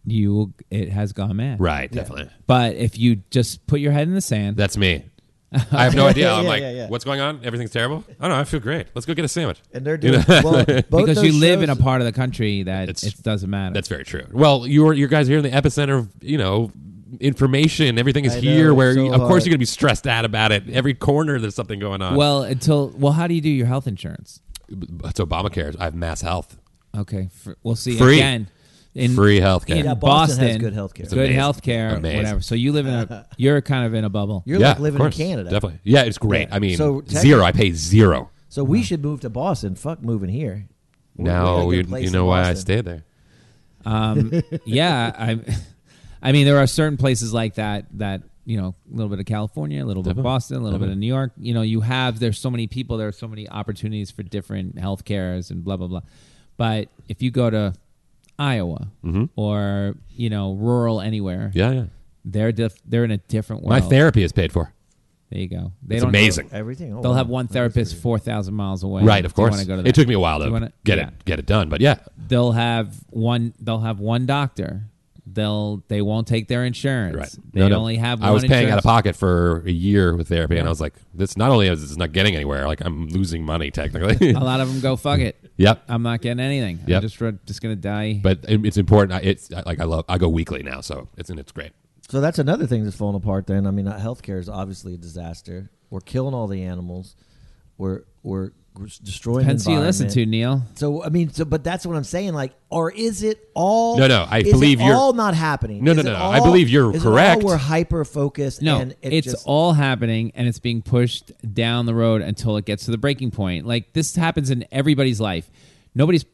H: you will- it has gone mad.
I: right? Definitely.
H: But if you just put your head in the sand,
I: That's
G: [laughs]
I: me. I have no idea. I'm
G: Yeah,
I: like,
G: yeah, yeah.
I: what's going on? Everything's terrible. I don't know. I feel great. Let's go get a sandwich.
G: and they're
I: You
G: doing
I: [laughs] know?
G: well, both
H: because
G: those
H: you live
G: shows-
H: in a part of the country that
I: It's-
H: it doesn't matter.
I: That's very true. Well, you're you guys are here in the epicenter of you know information. Everything is
G: I know,
I: here.
G: it's
I: where
G: so
I: you- of course
G: hard.
I: you're gonna be stressed out about it. Every corner there's something going on.
H: well until well, how do you do your health insurance?
I: it's Obamacare. I have mass health.
H: Okay, fr- we'll see
I: Free.
H: again. In
I: Free healthcare.
H: in
G: Yeah, Boston
H: Boston,
G: has good healthcare. It's
H: Good
I: amazing.
H: healthcare,
I: Amazing.
H: whatever. So you live in
G: [laughs]
H: a, you're kind of in a bubble.
G: You're
I: yeah,
G: like
I: of
G: living in
I: course.
G: Canada.
I: Definitely. Yeah, it's great.
G: Yeah.
I: I mean,
G: So, technically-
I: zero. I pay zero.
G: So we should move to Boston. Fuck moving here. We- we got a
I: Now
G: good
I: you,
G: place
I: you
G: in
I: know why I
G: Boston.
I: stayed there.
H: [laughs] Um, yeah, I, I mean, there are certain places like that that you know, a little bit of California, a little bit of Boston, a little bit of New York. You know, you have there's so many people, there are so many opportunities for different health cares and blah blah blah. But if you go to Iowa or you know rural anywhere,
I: Mm-hmm. Yeah, yeah.
H: they're diff- they're in a different
I: My
H: world.
I: therapy is paid for.
H: There you go. They
I: It's
H: don't
I: amazing.
G: Everything. Oh,
H: They'll
G: wow.
H: have one therapist four thousand miles away.
I: Right, of
H: Do you
I: course.
H: wanna go to
I: It
H: that?
I: took me a while
H: Do
I: to
H: you wanna-
I: get
H: yeah.
I: it get it done, but yeah.
H: They'll have one. They'll have one doctor. They'll they won't take their insurance.
I: Right.
H: They
I: No, no.
H: only have. One
I: I was paying out
H: insurance-
I: of pocket for a year with therapy, and I was like, "This not only is it's not getting anywhere, like I'm losing money technically."
H: A lot of them go fuck it.
I: [laughs] yep.
H: I'm not getting anything.
I: Yep.
H: I'm just just gonna die.
I: but it, it's important. I, it's I- like I love. I go weekly now, so it's and it's great.
G: So that's another thing that's falling apart. Then I mean, uh, healthcare is obviously a disaster. We're killing all the animals. We're we're we're s- destroying.
H: Depends
G: the
H: who you listen to,
G: environment.
H: Neil.
G: So I mean, so but that's what I'm saying. Like, or is it all?
I: No, no, I
G: is
I: believe
G: it
I: you're-
G: all not happening.
I: No, no,
G: Is it
I: no, no, I
G: all-
I: believe you're
G: is it all
I: correct.
G: we're hyper focused.
H: No,
G: and it
H: it's
G: just,
H: all happening and it's being pushed down the road until it gets to the breaking point. Like this happens in everybody's life. Nobody's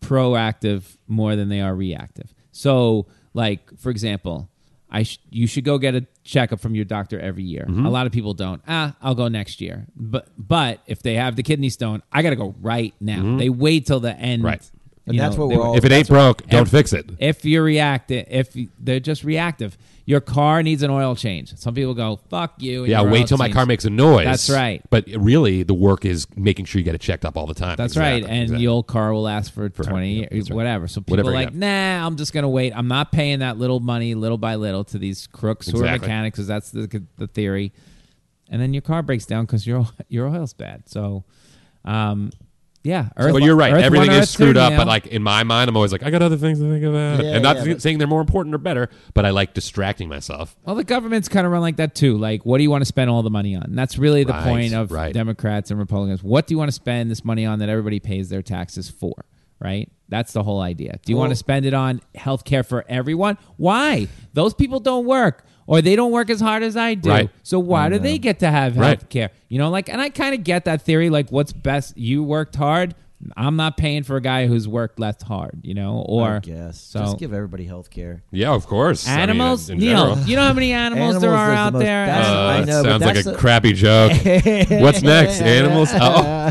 H: proactive more than they are reactive. So, like for example, I sh- you should go get a checkup from your doctor every year. A lot of people don't. Ah, I'll go next year. But but if they have the kidney stone, I got to go right now. They wait till the end.
I: Right.
G: And
H: You
G: that's
H: know,
G: what
H: they-
G: we're all.
I: if it ain't broke, don't
H: Ev-
I: fix it.
H: If you're reactive, if you- they're just reactive, your car needs an oil change. Some people go, "Fuck you." and
I: Yeah,
H: your oil
I: wait till my
H: change.
I: car makes a noise.
H: That's right.
I: But really, the work is making sure you get it checked up all the time.
H: That's
I: Exactly,
H: right, and
I: exactly.
H: your car will last for twenty
I: yeah, that's
H: years,
I: right.
H: whatever. So people
I: Whatever
H: are
I: you
H: like,
I: got.
H: "Nah, I'm just gonna wait. I'm not paying that little money, little by little, to these crooks who are
I: Exactly.
H: mechanics, because that's the the theory." And then your car breaks down because your [laughs] your oil's bad. So, um, yeah, Earth,
I: but you're right.
H: Earth,
I: Everything
H: one,
I: is
H: Earth, two,
I: screwed up.
H: Neil.
I: But like in my mind, I'm always like, I got other things to think about,
G: Yeah,
I: and not
G: yeah, but-
I: saying they're more important or better. But I like distracting myself.
H: Well, the government's kind of run like that too. Like, what do you want to spend all the money on? And that's really the
I: Right,
H: point of
I: right.
H: Democrats and Republicans. What do you want to spend this money on that everybody pays their taxes for? Right? That's the whole idea. Do you want to spend it on health care for everyone? Why? Those people don't work or they don't work as hard as I do.
I: Right.
H: So why do they get to have
I: Right.
H: health care? You know, like, and I kind of get that theory. Like, what's best? You worked hard. I'm not paying for a guy who's worked less hard, you know, or
G: I guess.
H: so
G: Just give everybody health care.
I: Yeah, of course. I mean,
H: animals.
I: in
H: Neil,
I: general. [laughs]
H: you know how
G: [laughs]
H: many animals, there are
G: Animals is the
H: out
G: most-
H: there?
G: that's-
I: Uh,
G: I
I: that
G: know, but
I: sounds like
G: that's
I: a
G: a-
I: crappy
G: [laughs]
I: joke. What's next? Animals?
H: [laughs]
I: Oh,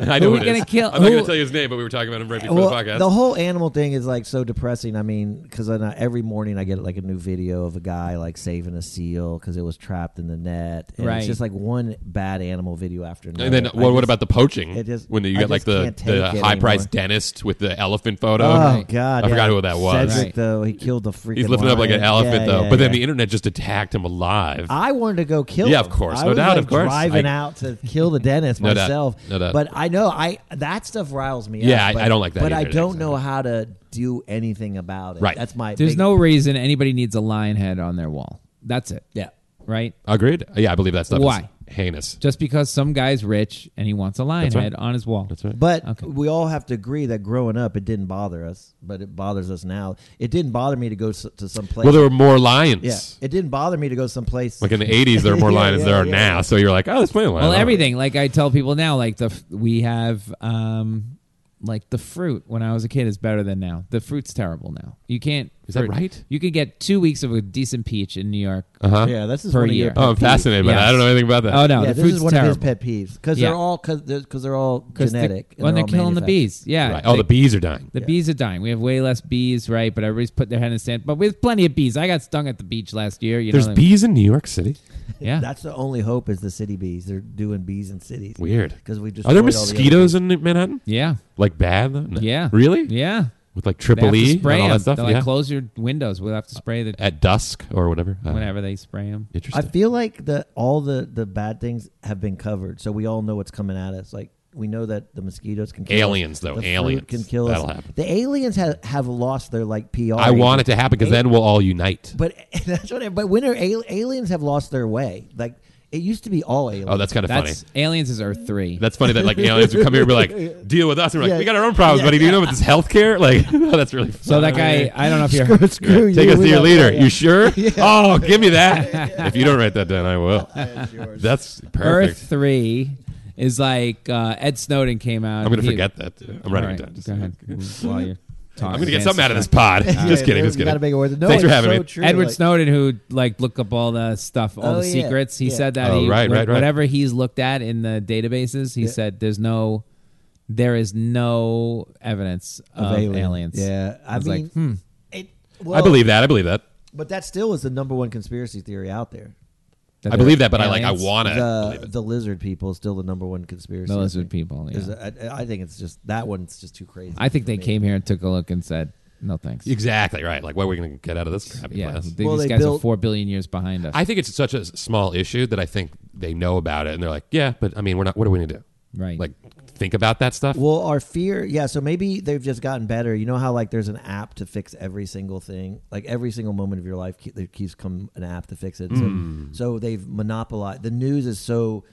I: I know
H: Who we
I: it is.
H: gonna kill?
I: I'm not going
H: Who-
I: to tell you his name, but we were talking about him right before
G: Well,
I: the podcast.
G: the whole animal thing is like so depressing. I mean, because every morning I get like a new video of a guy like saving a seal because it was trapped in the net. And
H: Right.
G: It's just like one bad animal video after another.
I: and then,
G: I
I: what, what
G: just-
I: about the poaching?
G: it just-
I: when you
G: I
I: got like
G: just
I: the,
G: can't take
I: the
G: it
I: high priced
G: anymore.
I: dentist with the elephant photo.
G: Oh
H: Right.
G: God!
I: I
G: yeah.
I: forgot who that was.
G: Cedric,
H: Right.
G: though, he killed the freaking.
I: He's lifting up like an
G: lion.
I: elephant,
G: Yeah,
I: though.
G: yeah,
I: but then
G: yeah.
I: the internet just attacked him alive.
G: I wanted to go kill.
I: Yeah,
G: him.
I: of course.
G: I
I: No
G: was,
I: doubt,
G: like,
I: of course.
G: Driving
I: I-
G: out to kill the
I: [laughs]
G: dentist
I: No doubt.
G: myself.
I: No doubt.
G: But I know I that stuff riles me.
I: Yeah, I-
G: up, but,
I: I don't like that
G: But I
I: either,
G: don't
I: exactly.
G: know how to do anything about it.
I: Right.
G: That's my.
H: There's
G: big-
H: no reason anybody needs a lion head on their wall. That's it.
G: Yeah.
H: Right?
I: Agreed. Yeah, I believe that stuff
H: Why?
I: is heinous.
H: Just because some guy's rich and he wants a lion
I: That's right.
H: head on his wall.
I: That's right.
G: But
H: Okay.
G: we all have to agree that growing up, it didn't bother us, but it bothers us now. It didn't bother me to go s- to some place.
I: Well, there were more lions.
G: yeah, it didn't bother me to go someplace.
I: Like in the 80s, there were more
G: [laughs] Yeah,
I: lions
G: yeah,
I: than there are
G: yeah.
I: now. So you're like, oh, there's plenty of lions.
H: Well, everything. Like I tell people now, like the f- we have um like the fruit when I was a kid is better than now. The fruit's terrible now. You can't
I: Is that
H: fruit-
I: right?
H: You could get two weeks of a decent peach in New York.
I: Uh-huh.
G: yeah, this is
H: Per
G: one of
H: year.
G: your. pet
I: Oh, I'm
G: peeves.
I: fascinated by that. I don't know anything about that.
H: Oh no,
G: yeah,
H: the
G: this
H: fruit's
G: is one
H: terrible.
G: of his pet peeves because
H: Yeah.
G: they're all because they're, 'cause they're all
H: 'Cause the-
G: genetic.
H: when they're,
G: all
H: killing the
G: manufactured.
H: bees. Yeah.
I: Right. Oh, the
H: They-
I: bees are dying.
H: The bees are dying. We have way less bees, right? But everybody's put their head in the sand. But we have plenty of bees. I got stung at the beach last year. You
I: There's
H: know, like-
I: bees in New York City.
H: Yeah.
G: That's the only hope is the city bees. They're doing bees in cities.
I: Weird.
G: Because we just
I: Are there mosquitoes in Manhattan?
H: yeah.
I: Like bad? though? No.
H: Yeah.
I: Really?
H: Yeah.
I: With like
H: They have
I: triple
H: to
I: E and
H: spray
I: all
H: them.
I: that stuff?
H: They're like,
I: yeah. Uh,
H: close your windows. We'll have to spray the
I: At dusk or whatever. Uh,
H: whenever they spray them.
G: I
I: Interesting.
G: feel like the all the the bad things have been covered, so we all know what's coming at us. Like we know that the mosquitoes can kill
I: Aliens,
G: us.
I: though.
G: The fruit
I: Aliens.
G: can kill
I: That'll
G: us.
I: happen.
G: The aliens have have lost their like PR.
I: I want it to happen because
G: Hey.
I: then we'll all unite.
G: but [laughs] that's what. But when are al- aliens have lost their way? Like it used to be all aliens.
I: Oh, that's kind of funny.
H: That's aliens is Earth three.
I: That's funny that like aliens would come here and be
G: [laughs]
I: like, deal with us. And we're like,
G: Yeah.
I: we got our own problems,
G: Yeah,
I: buddy. Do you know about this healthcare? Like, [laughs] oh, that's really funny.
H: so that guy. I don't know if
I: [laughs]
H: you're.
G: [laughs] screw you.
I: Take us to
G: we
I: your
G: don't-
I: leader.
G: [laughs] yeah,
I: You sure? Oh, give
H: [laughs]
I: me that. if you don't write that down, I will. That's perfect.
H: Earth three is like uh, Ed Snowden came out.
I: I'm gonna
H: He-
I: forget that. Too. I'm
H: All
I: writing
H: right,
I: it down.
H: go ahead. While you're talking.
I: [laughs] I'm gonna get
H: against
I: something out of
H: the
I: this
G: [laughs]
I: pod. [laughs] just kidding, just
G: Got
I: kidding.
G: a big award. No,
I: Thanks for
G: it's
I: having
G: so
I: me.
G: true,
H: Edward
G: like-
H: Snowden, who like looked up all the stuff, all
G: Oh,
H: the
G: yeah,
H: secrets. He
G: yeah.
H: said that
I: Oh,
H: he,
I: right, right, right.
H: whatever he's looked at in the databases, he
G: Yeah.
H: said there's no, there is no evidence of,
G: alien.
H: aliens.
G: Yeah, I,
H: was
G: mean,
H: like, hmm.
G: it, well,
I: I believe that. I believe that.
G: but that still is the number one conspiracy theory out there.
H: That
I: I
H: they're
I: believe that, but I like. I
H: aliens.
I: want to believe
G: The,
I: it.
G: the lizard people is still the number one conspiracy.
H: the
G: I
H: lizard
G: think.
H: people.
G: Is-
H: Yeah.
G: I, I think it's just that one's just too crazy.
H: I think
G: for
H: they
G: me.
H: came here and took a look and said, no thanks.
I: Exactly right. Like, what are we going to get out of this crappy
H: yeah,
I: class?
H: they-
G: Well,
H: these
G: they
H: guys are
G: built-
H: four billion years behind us.
I: I think it's such a s- small issue that I think they know about it, and they're like, "Yeah, but I mean, we're not. What are we going to do?
H: Right.
I: Like, think about that stuff.
G: Well, our fear, yeah. So maybe they've just gotten better. You know how like there's an app to fix every single thing, like every single moment of your life. ke- There keeps come an app to fix it. So,
H: Hmm.
G: so they've monopolized. The news is so,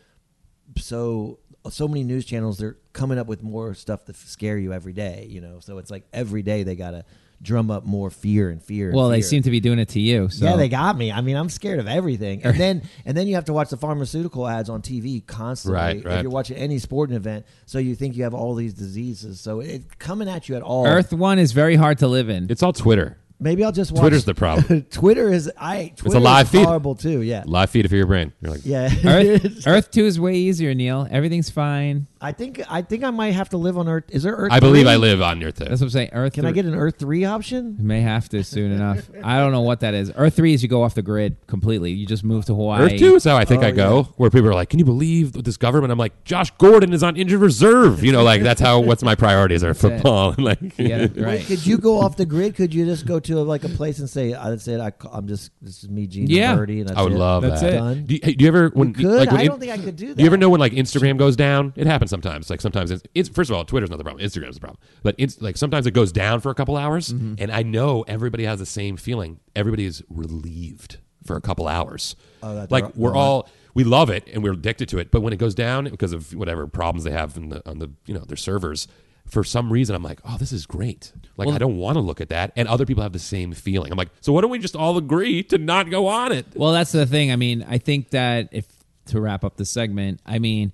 G: so, so many news channels. They're coming up with more stuff to f- scare you every day. You know, so it's like every day they gotta drum up more fear and fear. and
H: well, they
G: fear.
H: seem to be doing it to you. So.
G: Yeah, they got me. I mean, I'm scared of everything.
I: [laughs]
G: And then and then you have to watch the pharmaceutical ads on TV constantly.
I: Right, right.
G: If you're watching any sporting event, so you think you have all these diseases. So it's coming at you at all.
H: Earth one is very hard to live in.
I: It's all Twitter.
G: Maybe I'll just watch
I: Twitter's the
G: [laughs]
I: problem.
G: Twitter is I Twitter
I: live
G: is
I: feed.
G: horrible too. Yeah.
I: Live feed it for your brain. You're like,
G: Yeah.
H: Earth, Earth two is way easier, Neil. Everything's fine.
G: [laughs] I think I think I might have to live on Earth. Is there Earth?
I: I believe I
G: three?
I: live on your thing.
H: That's what I'm saying. Earth
G: Can I
H: three-
G: get an Earth three option?
H: May have to soon enough. I don't know what that is. Earth three is you go off the grid completely. You just move to Hawaii.
I: Earth two is how I think
G: Oh,
I: I go. Where people are like, "Can you believe this government?" I'm like, "Josh Gordon is on injured reserve." You know, like that's how. What's my priorities are
H: it.
I: football. And like,
H: [laughs]
I: [laughs]
H: Yeah,
G: Wait,
H: right.
G: could you go off the grid? Could you just go to like a place and say, "I said I, ca- I'm just this is me, Gene
H: Yeah.
G: Birdie," and that's
I: I would
G: it.
I: love
H: That's
I: that.
H: it.
G: Done.
I: Do, you, hey, do you ever when
G: could?
I: like when
G: I
I: in-
G: don't think I could do
I: you ever
G: that.
I: know when like Instagram goes down? It happens sometimes. Like sometimes it's, it's first of all, Twitter's not the problem. Instagram's the problem. But it's, like sometimes it goes down for a couple hours,
G: Mm-hmm.
I: and I know everybody has the same feeling. Everybody is relieved for a couple hours.
G: Oh, that
I: like
G: they're-
I: we're
G: they're
I: all we love it and we're addicted to it. But when it goes down because of whatever problems they have in the, on the you know their servers. For some reason, I'm like, oh, this is great. Like, I don't want to look at that. And other people have the same feeling. I'm like, so why don't we just all agree to not go on it?
H: Well, that's the thing. I mean, I think that if to wrap up the segment, I mean,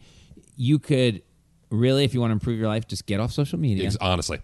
H: you could really, if you want to improve your life, just get off social media,
I: Ex- Honestly,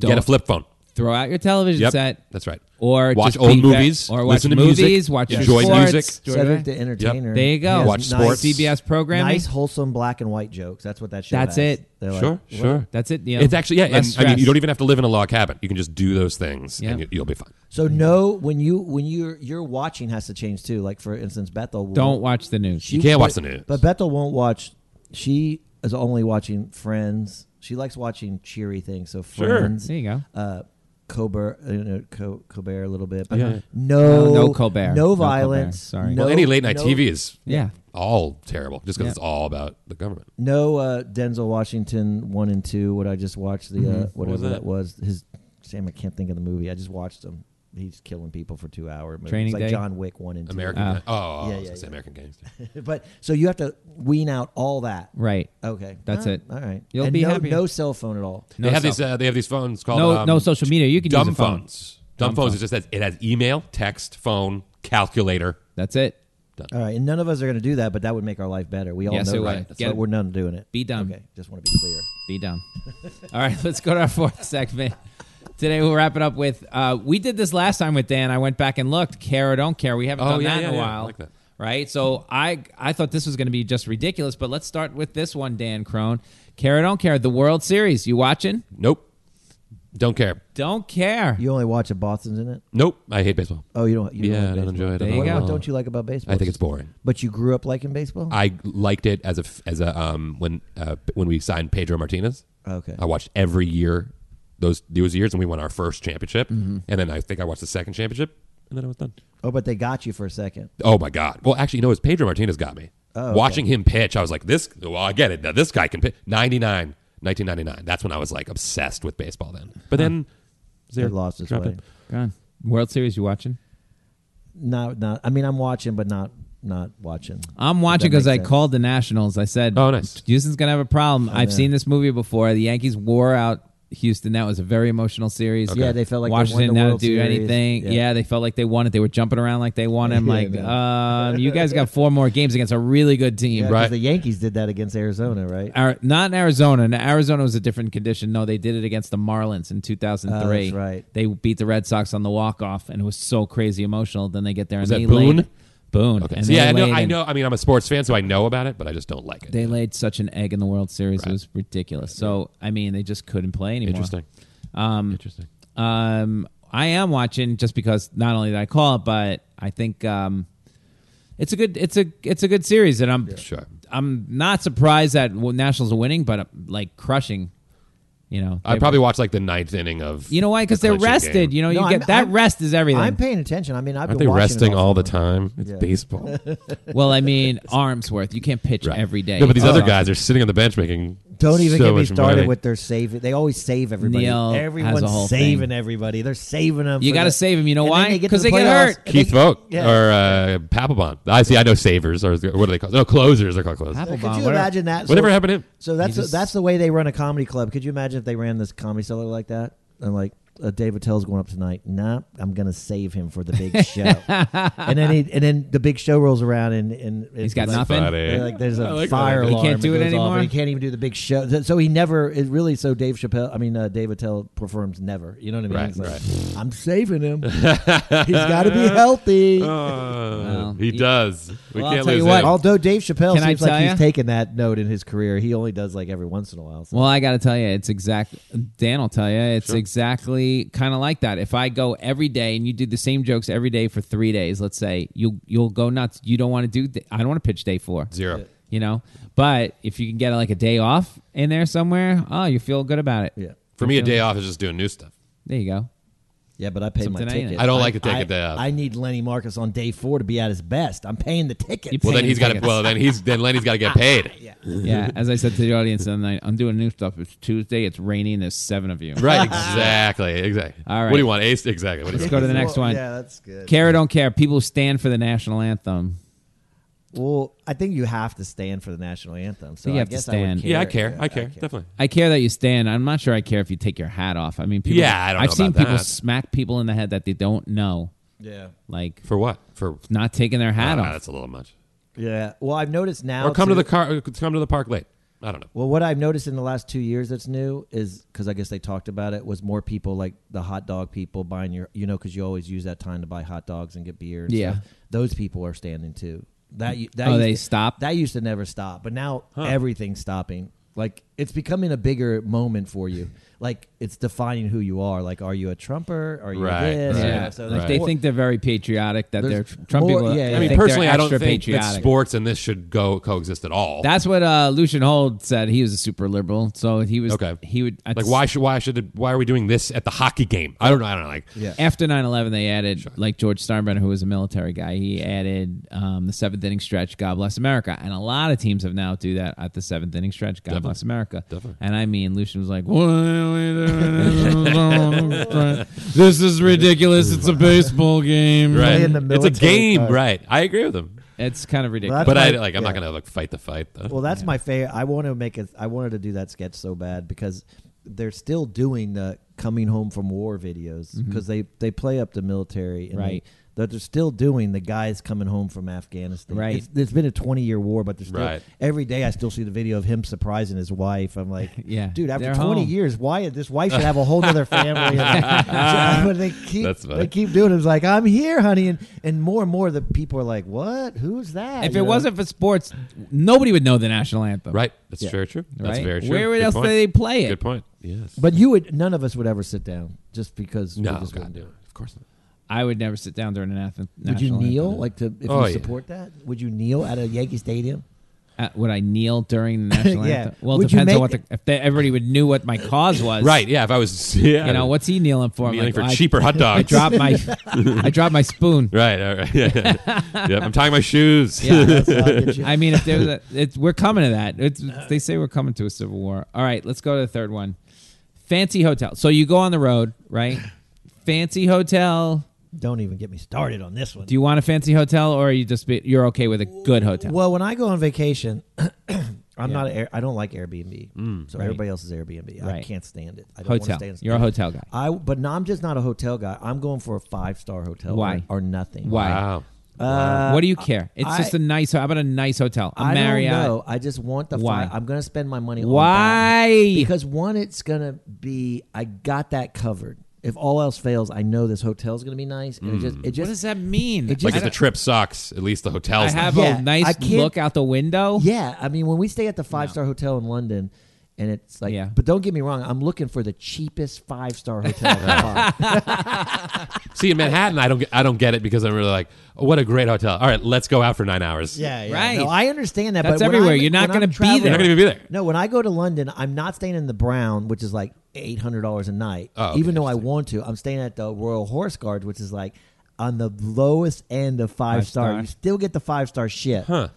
H: Don't-
I: get a flip phone.
H: throw out your television
I: Yep,
H: set.
I: that's right.
H: Or
I: Watch
H: just
I: old
H: be ve-
I: movies,
H: or watch
I: listen to
H: movies,
I: music,
H: watch your
I: enjoy
H: sports,
I: music.
H: enjoy
G: Cedric
H: that.
G: the Entertainer.
H: There you go.
G: He has
I: Watch sports.
H: CBS programming.
G: Nice, wholesome black and white jokes. That's what that show.
H: That's
G: has.
H: it.
G: They're like,
I: Sure,
G: what?
I: sure.
H: That's it. You know,
I: It's actually yeah,
H: less
I: and I mean
H: stress.
I: you don't even have to live in a log cabin. You can just do those things,
H: Yeah.
I: and you, you'll be fine.
G: So no, when you when you're you're watching has to change too. Like for instance, Bethel. will-
H: don't watch the news.
G: she
I: You can't
G: but-
I: watch the news.
G: But Bethel won't watch. She is only watching Friends. She likes watching cheery things. So Friends.
H: There you go.
G: Uh, Colbert, uh, no, Co- Colbert a little bit, but
I: Yeah.
G: no,
H: No, no Colbert. No
G: no
H: Colbert.
G: violence.
H: Sorry.
G: no-
I: well, any late night
G: no-
I: TV is
H: Yeah.
I: all terrible just because
H: Yeah.
I: it's all about the government.
G: No uh, Denzel Washington one and two. What I just watched the uh, whatever
I: was
G: that?
I: that?
G: was. His Sam, I can't think of the movie. I just watched him. He's killing people for two hour. Movies.
H: Training
G: like
H: Day?
G: John Wick one and two.
I: American,
H: Ah.
I: oh, oh,
G: Yeah,
I: I was
G: yeah,
I: gonna say
G: yeah.
H: [laughs]
I: American Gangster.
G: [laughs] but so you have to wean out all that.
H: Right.
G: Okay,
H: That's
G: All
H: it.
G: right. All right,
H: You'll
G: And
H: be
G: no,
H: happy.
G: No cell phone at all.
I: they have these
H: cell-
I: uh, they have these phones called
H: no
I: um,
H: no social media. You can
I: dumb
H: use a phone.
I: phones. Dumb,
H: Dumb
I: phones
H: phone.
I: is just that it has email, text, phone, calculator.
H: That's it.
G: All right, and none of us are going to do that, but that would make our life better. We all
H: Yes,
G: know
H: it
G: that.
H: would.
G: That's
H: Get
G: why
H: it.
G: we're none doing it.
H: Be dumb.
G: Okay, just want to be clear.
H: Be dumb. All right, [laughs] let's go to our fourth segment. Today we'll wrap it up with. Uh, we did this last time with Dan. I went back and looked. Care or don't care. We haven't
I: Oh,
H: done
I: yeah,
H: that in
I: yeah,
H: a
I: yeah. I
H: while.
I: like that.
H: Right. So I I thought this was going to be just ridiculous, but let's start with this one, Dan Crone. Care or don't care. The World Series. You watching?
I: Nope, don't care.
H: Don't care.
G: You only watch if Boston's in it.
I: Nope, I hate baseball.
G: Oh, you don't. You
I: yeah, I
G: don't, like
I: don't
G: baseball.
I: enjoy it.
H: There
I: at
H: you
I: all.
H: go.
G: What don't you like about baseball?
I: I think it's boring.
G: But you grew up liking baseball.
I: I liked it as a f- as a um when uh when we signed Pedro Martinez.
G: Okay.
I: I watched every year those those years, and we won our first championship,
H: Mm-hmm.
I: and then I think I watched the second championship, and then I was done.
G: Oh, but they got you for a second.
I: Oh my god! Well, actually, you know, it was Pedro Martinez got me.
G: Oh, okay.
I: Watching him pitch, I was like, this. Well, I get it. Now this guy can pitch. 99, 1999. That's when I was like obsessed with baseball. Then, but then
G: They lost his
I: dropped
G: way.
I: it.
H: Gone. World Series. You watching?
G: Not, not. I mean, I'm watching, but not, not watching.
H: I'm watching
G: If that
H: because I
G: makes sense. Oh,
H: called the Nationals. I said,
I: Oh, nice.
H: Houston's gonna have a problem." I've seen this movie before. The Yankees wore out Houston. That was a very emotional series.
G: Yeah, they felt like they won
H: Washington
G: the
H: not
G: World
H: do
G: Series.
H: anything.
G: Yeah.
H: Yeah. they felt like they won it. They were jumping around like they won. I'm
G: [laughs] Yeah,
H: like,
G: I know.
H: um, you guys got four more games against a really good team.
G: Yeah, 'cause
I: Right.
G: The Yankees did that against Arizona, right?
H: Ar- not in Arizona. Now, Arizona was a different condition. No, they did it against the Marlins in 2003.
G: Oh, that's right.
H: They beat the Red Sox on the walk off, and it was so crazy emotional. Then they get there
I: Was
H: and
I: that
H: they
I: Boone?
H: laid- Boone.
I: Okay.
H: And
I: So, yeah,
H: they
I: I know,
H: laid
I: I
H: an-
I: know. I mean, I'm a sports fan, so I know about it, but I just don't like it.
H: They laid such an egg in the World Series. It was ridiculous. So I mean, they just couldn't play anymore.
I: Interesting. Um, Interesting.
H: Um, I am watching just because not only did I call it, but I think um, it's a good it's a it's a good series, and I'm
I: Sure.
H: I'm not surprised that Nationals are winning, but uh, like crushing. You know,
I: I
H: They-
I: probably watched like the ninth inning of.
H: You know why? Because
I: the
H: they're
I: clinching
H: rested.
I: game.
H: You know, you
G: No,
H: get
G: I'm-
H: that
G: I'm-
H: rest is everything.
G: I'm paying attention. I mean, I've
I: Aren't they
G: been watching it
I: resting all the
G: summer.
I: time? It's [laughs] baseball.
H: well, I mean, Armsworth, you can't pitch
I: Right.
H: every day.
I: No, but these
H: So-
I: other guys are sitting on the bench making.
G: Don't even
I: so
G: get me
I: much
G: started
I: money.
G: with their saving. They always save everybody.
H: Neil has a
G: Everyone's
H: whole
G: saving
H: thing.
G: everybody. They're saving them.
H: You
G: got
H: gotta save 'em. You know why?
G: Because
H: 'Cause they get hurt.
I: Keith Vogt
G: Vogt. Yeah.
I: or uh, Papelbon. I see. I know savers or what are they called? No, closers. They're called closers.
H: Papelbon.
G: Could you
H: Whatever-
G: imagine that? So-
I: Whatever happened to him?
G: So that's
H: He just-
G: that's the way they run a comedy club. Could you imagine if they ran this comedy cellar like that? And like uh, Dave Attell's going up tonight. Nah, I'm gonna save him for
H: [laughs]
G: the big show. and then he, and then the big show rolls around and and it's
H: He's got
G: like,
H: nothing.
I: Friday.
G: Like there's a
I: I like
G: fire
I: that.
H: He
G: alarm.
H: can't do
G: that
H: it
G: goes off,
H: anymore?
G: and He can't even do the big show. Th- So he never. It really. So Dave Chappelle. I mean, uh, Dave Attell performs never. You know what I mean?
I: Right,
G: It's like,
I: right.
G: I'm
H: [laughs]
G: saving him. He's got to be healthy.
H: Oh,
I: Uh, he
H: you-
I: does. We
H: Well, I'll
I: can't
H: tell
I: lose
H: you what,
I: him.
H: I'll-
G: Although Dave Chappelle
H: Can I
G: seems like
H: tell
G: he's
H: ya?
G: taken that note in his career, he only does like every once in a while. So.
H: Well, I got to tell you, it's exact. Dan will tell you, it's exactly kind of like that. If I go every day and you do the same jokes every day for three days, let's say you'll you'll go nuts. You don't want to do. th- I don't want to pitch day four.
I: Zero.
H: You know, but if you can get like a day off in there somewhere, oh, you feel good about it.
G: yeah,
I: For me, a day off is just doing new stuff.
H: There you go.
G: yeah, but I paid my
H: Something ain't
G: ticket.
H: it.
I: I don't like to take
G: I-
I: a day off.
G: I need Lenny Marcus on day four to be at his best. I'm paying the ticket.
H: You
I: Well, then
H: Paying
I: he's got to.
H: tickets.
I: Well, then he's then Lenny's got to [laughs] get paid.
H: Yeah, as I said to the audience the other night, I'm doing new stuff. It's Tuesday. It's raining. There's seven of you.
I: [laughs] Right. Exactly. Exactly.
H: All right.
I: What do you want? Ace. Exactly. What do you
H: Let's
I: want?
H: go
G: [laughs]
H: to the next one.
G: Yeah, that's good.
H: Care or don't care. People stand for the national anthem.
G: Well, I think you have to stand for the national anthem. So
H: You
G: I
H: have to
G: guess I would
H: stand.
G: care.
I: Yeah, I care. I care. Definitely.
H: I care that you stand. I'm not sure I care if you take your hat off. I mean, people,
I: Yeah, I don't
H: I've
I: know
H: seen
I: about
H: people
I: that.
H: smack people in the head that they don't know,
G: Yeah.
H: like
I: For what? For
H: not taking their
I: I
H: hat
I: don't know,
H: off.
I: That's a little much.
G: Yeah. Well, I've noticed now.
I: Or come to
G: too-
I: the car. uh, Come to the park late. I don't know.
G: Well, what I've noticed in the last two years that's new is because I guess they talked about it was more people like the hot dog people buying your, you know, because you always use that time to buy hot dogs and get beer. And
H: Yeah.
G: stuff. those people are standing too. That u- that
H: Oh,
G: used
H: they
G: to-
H: stop?
G: That used to never stop, but now everything's stopping. Like it's becoming a bigger moment for you. Like it's defining who you are. Like, are you a Trumper? Are you
I: Right,
G: this?
I: right,
G: You
H: yeah,
G: know, so
H: like
G: there's
H: they
G: more-
H: think they're very patriotic. That they're
G: There's
H: Trump
G: more-
H: people.
G: yeah, yeah.
I: I
H: think
I: mean,
H: they're
I: personally, I don't
H: extra
I: think that
H: patriotic.
I: sports and this should go coexist at all.
H: That's what uh, Lucian Hold said. He was a super liberal, so he was.
I: okay.
H: He would I'd
I: like
H: s-
I: why should why should it, why are we doing this at the hockey game? I don't know. I don't know. Like
G: Yeah.
H: After 9 11, they added, like George Steinbrenner, who was a military guy, he added um, the seventh inning stretch, God Bless America. And a lot of teams have now do that at the seventh inning stretch, God Bless America. And I mean, Lucian was like, "What are [laughs] we doing? This is ridiculous. It's a baseball game.
I: right.
G: in the
I: it's a
G: military
I: game,
G: card.
I: right? I agree with him.
H: It's kind of ridiculous.
G: Well,
I: But I
G: my-
I: like I'm not
G: yeah.
I: gonna like fight the fight though.
G: Well, that's my favorite. I want to make it. I wanted to do that sketch so bad because they're still doing the coming home from war videos because they they play up the military and
H: Mm-hmm. Right.
G: They, that they're still doing the guys coming home from Afghanistan.
H: Right.
G: It's, it's been a 20 year war, but there's still,
I: Right.
G: every day I still see the video of him surprising his wife. I'm like,
H: [laughs] Yeah,
G: dude, after
H: they're
G: 20
H: home.
G: years, why this wife should have a whole other family? And,
H: [laughs]
G: [laughs] but they keep,
I: That's funny.
G: they keep doing it. It's like, I'm here, honey. And, and more and more the people are like, what? Who's that?
H: if
G: You
H: it
G: know?
H: wasn't for sports, nobody would know the national anthem.
I: right. That's very true. That's
H: Right?
I: very true.
H: Where
I: Good
H: else
I: point.
H: do they play it?
I: Good point. Yes.
G: But you would. None of us would ever sit down just because.
I: no,
G: we just
I: God,
G: wouldn't
I: no,
G: do it.
I: of course not.
H: I would never sit down during an ath-
G: Would
H: national
G: you kneel
H: anthem.
G: like to if
I: Oh,
G: you
I: yeah.
G: support that? Would you kneel at a Yankee Stadium?
I: [laughs]
H: Uh, would I kneel during
G: [laughs]
H: the national
G: Yeah.
H: anthem? Well, it
G: Would you
H: depends on
G: make
H: what the, if they, everybody would knew what my cause was.
I: Right. Yeah. If I was, [laughs] yeah.
H: You know what's he kneeling for? I'm
I: Kneeling
H: like,
I: for
H: well, I-
I: cheaper
H: [laughs]
I: hot
H: I
I: dogs.
H: dropped my, I dropped my spoon.
I: [laughs] Right. All
H: [laughs]
I: right. [laughs] Yeah. yep, I'm tying my shoes.
H: Yeah.
G: That's how I get you.
H: I mean, if there was a, it's, we're coming to that. It's,
G: Uh.
H: they say we're coming to a civil war. All right, let's go to the third one. Fancy hotel. So you go on the road, right? Fancy hotel.
G: Don't even get me started on this one.
H: Do you want a fancy hotel, or are you just be, you're okay with a good hotel?
G: well, when I go on vacation, [clears throat] I'm not. Air, I don't like Airbnb.
I: Mm,
G: so
H: right.
G: everybody else is Airbnb. I
H: Right.
G: can't stand it. I don't
H: Hotel.
G: Want to stand
H: You're a hotel guy.
G: I. But no, I'm just not a hotel guy. I'm going for a five star hotel.
H: Why?
G: Or, or nothing. Uh,
H: Why?
I: Wow.
H: what do you care? It's
G: I-
H: just a nice. How about a nice hotel? A
G: I
H: Marriott.
G: don't know. I just want the.
H: Why?
G: Why? i I'm going to spend my money. on
H: Why?
G: that. Because one, it's going to be. I got that covered. If all else fails, I know this hotel's going to be nice. And it just. It
H: Mm. What
G: just.
H: does that mean?
G: It just-
I: Like
G: I
I: if the
G: don't-
I: trip sucks, at least the
H: I
I: hotel's
H: have
G: Yeah,
H: a
G: I
H: nice
G: can't-
H: look out the window.
G: Yeah, I mean, when we stay at the five star hotel in London, and it's like,
H: Yeah.
G: but don't get me wrong, I'm looking for the cheapest five star hotel. I
H: [laughs]
G: can find.
I: See in Manhattan, I don't get, I don't get it because I'm really like, oh, what a great hotel. All right, let's go out for nine hours.
G: yeah, yeah,
H: Right.
G: No, I understand that.
H: That's
G: but when
H: everywhere.
G: I'm-
H: You're not
G: when I'm
H: gonna be
G: traveling-
I: you're not gonna be there.
G: No, when I go to London, I'm not staying in the Brown, which is like eight hundred dollars a night.
I: Oh, okay,
G: even though I want to, I'm staying at the Royal Horse Guards, which is like on the lowest end of five,
H: Five
G: star.
H: star.
G: You still get the five star shit.
I: Huh.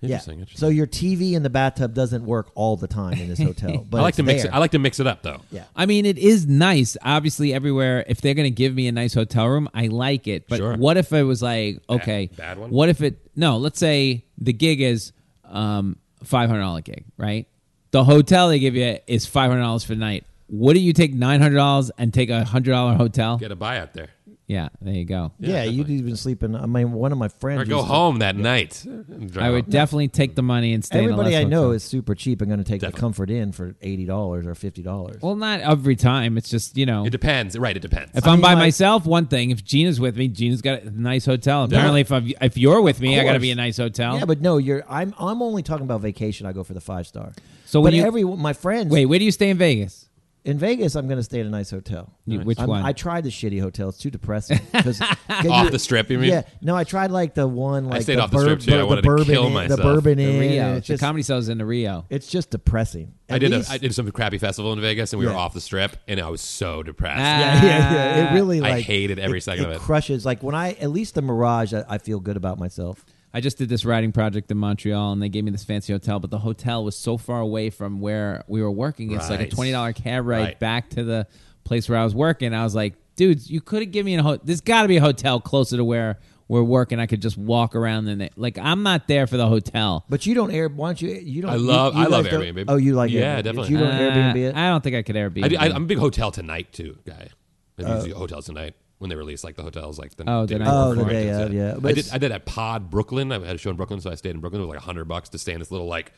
G: Yeah.
I: Interesting. interesting.
G: So your TV in the bathtub doesn't work all the time
I: [laughs]
G: in this hotel. But
I: I like
G: it's
I: to mix
G: there.
I: it. I like to mix it up though.
G: Yeah.
H: I mean, it is nice. Obviously, everywhere, if they're going to give me a nice hotel room, I like it. But
I: Sure.
H: what if it was like, okay,
I: bad one?
H: What if it? No, let's say the gig is um five hundred dollar gig, right? The hotel they give you is five hundred dollars for the night. Wouldn't you take nine hundred dollars and take a hundred dollar hotel?
I: Get a buyout there.
H: yeah, there you go.
G: Yeah, you'd even sleep in. I mean, one of my friends.
I: Or go
G: used to-
I: home that night. and
H: I would
I: drive.
H: definitely take the money and stay.
G: Everybody
H: in a
G: I
H: less
G: know
H: hotel.
G: is super cheap and going to take
I: Definitely.
G: the Comfort Inn for eighty dollars or fifty dollars.
H: well, not every time. It's just you know.
I: It depends. Right, it depends.
H: If
G: I
H: I'm
G: mean,
H: by
G: like-
H: myself, one thing. If Gina's with me, Gina's got a nice hotel. Apparently, if I've, if you're with me, I got to
G: course.
H: be a nice hotel.
G: yeah, but no, you're. I'm. I'm only talking about vacation. I go for the five star.
H: So when
G: but
H: you-
G: every my friends
H: Wait, where do you stay in Vegas?
G: in Vegas, I'm going to stay at a nice hotel.
H: You- Nice. which
G: I'm-
H: one?
G: I tried the shitty hotel. It's
I: [laughs]
G: too depressing. 'Cause- 'cause
I: Off
G: you-
I: the strip, you mean?
G: Yeah. No, I tried like the one like
I: stayed
G: the
I: off the strip,
G: Burb-
I: too. I
G: the
I: wanted to
G: Bourbon
I: kill
G: Inn-
I: myself.
G: The Bourbon
H: The
G: Inn.
H: Rio.
G: It's
H: the
G: just,
H: comedy cells in the Rio.
G: it's just depressing.
I: I
G: At
I: did a,
G: least-
I: I did some crappy festival in Vegas and we were
G: Yeah.
I: off the strip and I was so depressed.
H: Ah.
I: [laughs]
G: [laughs] yeah, yeah, yeah. It really
I: I
G: like
I: hated every second of it.
G: Crushes like when I at least the Mirage, I, I feel good about myself.
H: I just did this writing project in Montreal, and they gave me this fancy hotel, but the hotel was so far away from where we were working. It's like
I: Right.
H: a twenty dollar cab ride
I: Right.
H: back to the place where I was working. I was like, dudes, you could have given me a hotel. There's got to be a hotel closer to where we're working. I could just walk around and it- like I'm not there for the hotel.
G: But you don't air. Why don't you? You don't.
I: I love-
G: You, you
I: I love
G: guys don't-
I: Airbnb.
G: Oh, you like?
I: Yeah,
G: Airbnb.
I: definitely.
G: You don't
H: Uh,
G: Airbnb it.
H: I don't think I could Airbnb.
I: I do, I, I'm a big hotel tonight too guy. I usually hotel tonight when they release like the hotels like the
H: Oh,
I: day
H: the night
I: before.
H: Oh, the
I: Right,
G: day
I: that's
G: of,
I: it.
G: yeah.
I: I
G: But
I: did
G: it's-
I: I did at Pod Brooklyn. I had a show in Brooklyn, so I stayed in Brooklyn. It was like hundred bucks to stay in this little like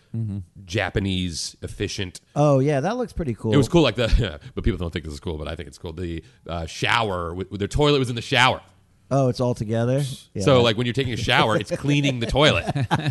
I: Japanese efficient
G: Oh yeah, that looks pretty cool.
I: It was cool, like the. [laughs] but people don't think this is cool, but I think it's cool. The uh, shower, with, with their toilet was in the shower.
G: Oh, it's all together. Yeah.
I: So like when you're taking a shower, it's cleaning the
G: [laughs]
I: toilet,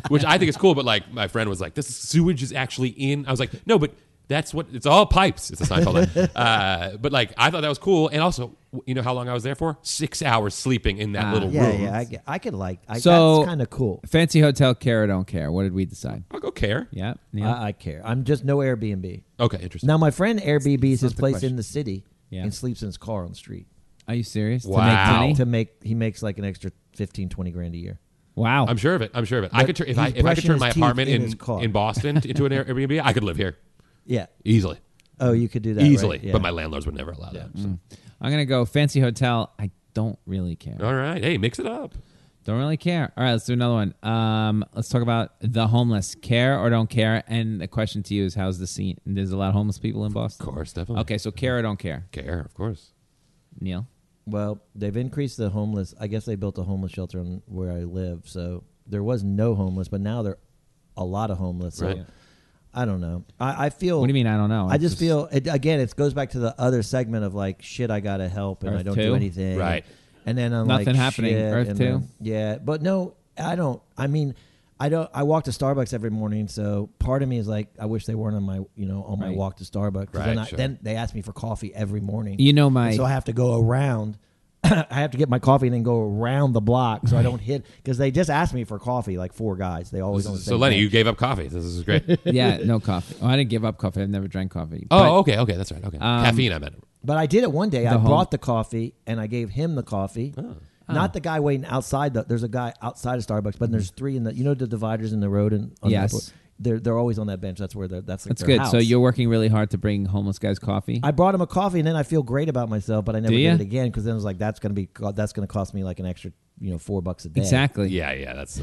I: which I think is cool. But like my friend was like, "This sewage is actually in." I was like, "No, but that's what it's all pipes." It's a Seinfeld.
G: [laughs]
I: line. uh, but like I thought that was cool, and also you know how long I was there for? Six hours sleeping in that little
G: Ah, yeah,
I: room.
G: yeah, I, get- I could like. I,
H: So-
G: that's kind of cool.
H: Fancy hotel care or don't care. What did we decide?
I: I'll go care.
H: Yeah, yeah.
G: I, I care. I'm just no Airbnb.
I: Okay, interesting.
G: Now my friend Airbnb's his
H: the
G: place
H: question.
G: in the city
H: Yeah.
G: and sleeps in his car on the street
H: Are you serious? To make
I: Wow.
H: money?
G: to make he makes like an extra 15, 20 grand a year.
H: Wow.
I: I'm sure of it. I'm sure of it. I
G: But
I: could tur- if
G: he's
I: I if I could
G: brushing
I: turn
G: his
I: my
G: teeth
I: apartment
G: in
I: in
G: his car.
I: in Boston into
G: [laughs]
I: an Airbnb, I could live here
G: Yeah.
I: easily,
G: Oh, you could do that right?
I: easily.
G: Yeah. mm.
I: But my landlords would never allow that. so.
H: I'm gonna go fancy hotel. I don't really care.
I: All right. Hey, mix it up.
H: Don't really care. All right, let's do another one. Um, let's talk about the homeless. Care or don't care? And the question to you is, how's the scene? There's a lot of homeless people in Boston.
I: Of course, definitely.
H: Okay, so care or don't care,
I: Care, of course.
G: [laughs]
H: Neil?
G: Well, they've increased the homeless. I guess they built a homeless shelter on where I live, so there was no homeless, but now there are a lot of homeless. So
I: Right. Yeah.
G: I don't know. I, I feel.
H: What do you mean, I don't know?
G: I
H: It's
G: just
H: just-
G: feel it, again. It goes back to the other segment of like shit. I gotta help, and I
H: Earth
G: don't
H: two?
G: do anything.
I: Right.
G: And then I'm
H: Nothing
G: like,
H: happening.
G: shit,
H: Earth
G: and
H: two?
G: then- yeah, but no, I don't. I mean. I don't. I walk to Starbucks every morning, so part of me is like, I wish they weren't on my, you know, on my
H: Right.
G: walk to Starbucks. 'cause
I: Right,
G: then, I-
I: sure.
G: then they ask me for coffee every morning.
H: You know my-
G: So I have to go around. [clears throat] I have to get my coffee and then go around the block so I don't hit because they just asked me for coffee. Like four guys, they always. on the
I: So,
G: same
I: Lenny,
G: bench.
I: you gave up coffee. This is great.
G: [laughs]
I: oh,
H: yeah, no coffee. Oh, I didn't give up coffee. I've never drank coffee.
I: okay, okay, that's right. Okay,
H: Um,
I: caffeine. I meant.
G: But I did it one day. I
H: The home-
G: brought the coffee and I gave him the coffee.
I: Oh.
H: Oh.
G: Not the guy waiting outside. The, there's a guy outside of Starbucks, but there's three in the. You know the dividers in the road and on the
H: Yes.
G: airport? they're they're always on that bench. That's where they're, that's like
H: That's
G: their
H: good.
G: House.
H: So you're working really hard to bring homeless guys coffee.
G: I brought him a coffee, and then I feel great about myself, but I never
H: Do ya?
G: did it again because then I was like, that's gonna be co- that's gonna cost me like an extra you know four bucks a day.
H: exactly.
I: Yeah, yeah, [laughs] that's.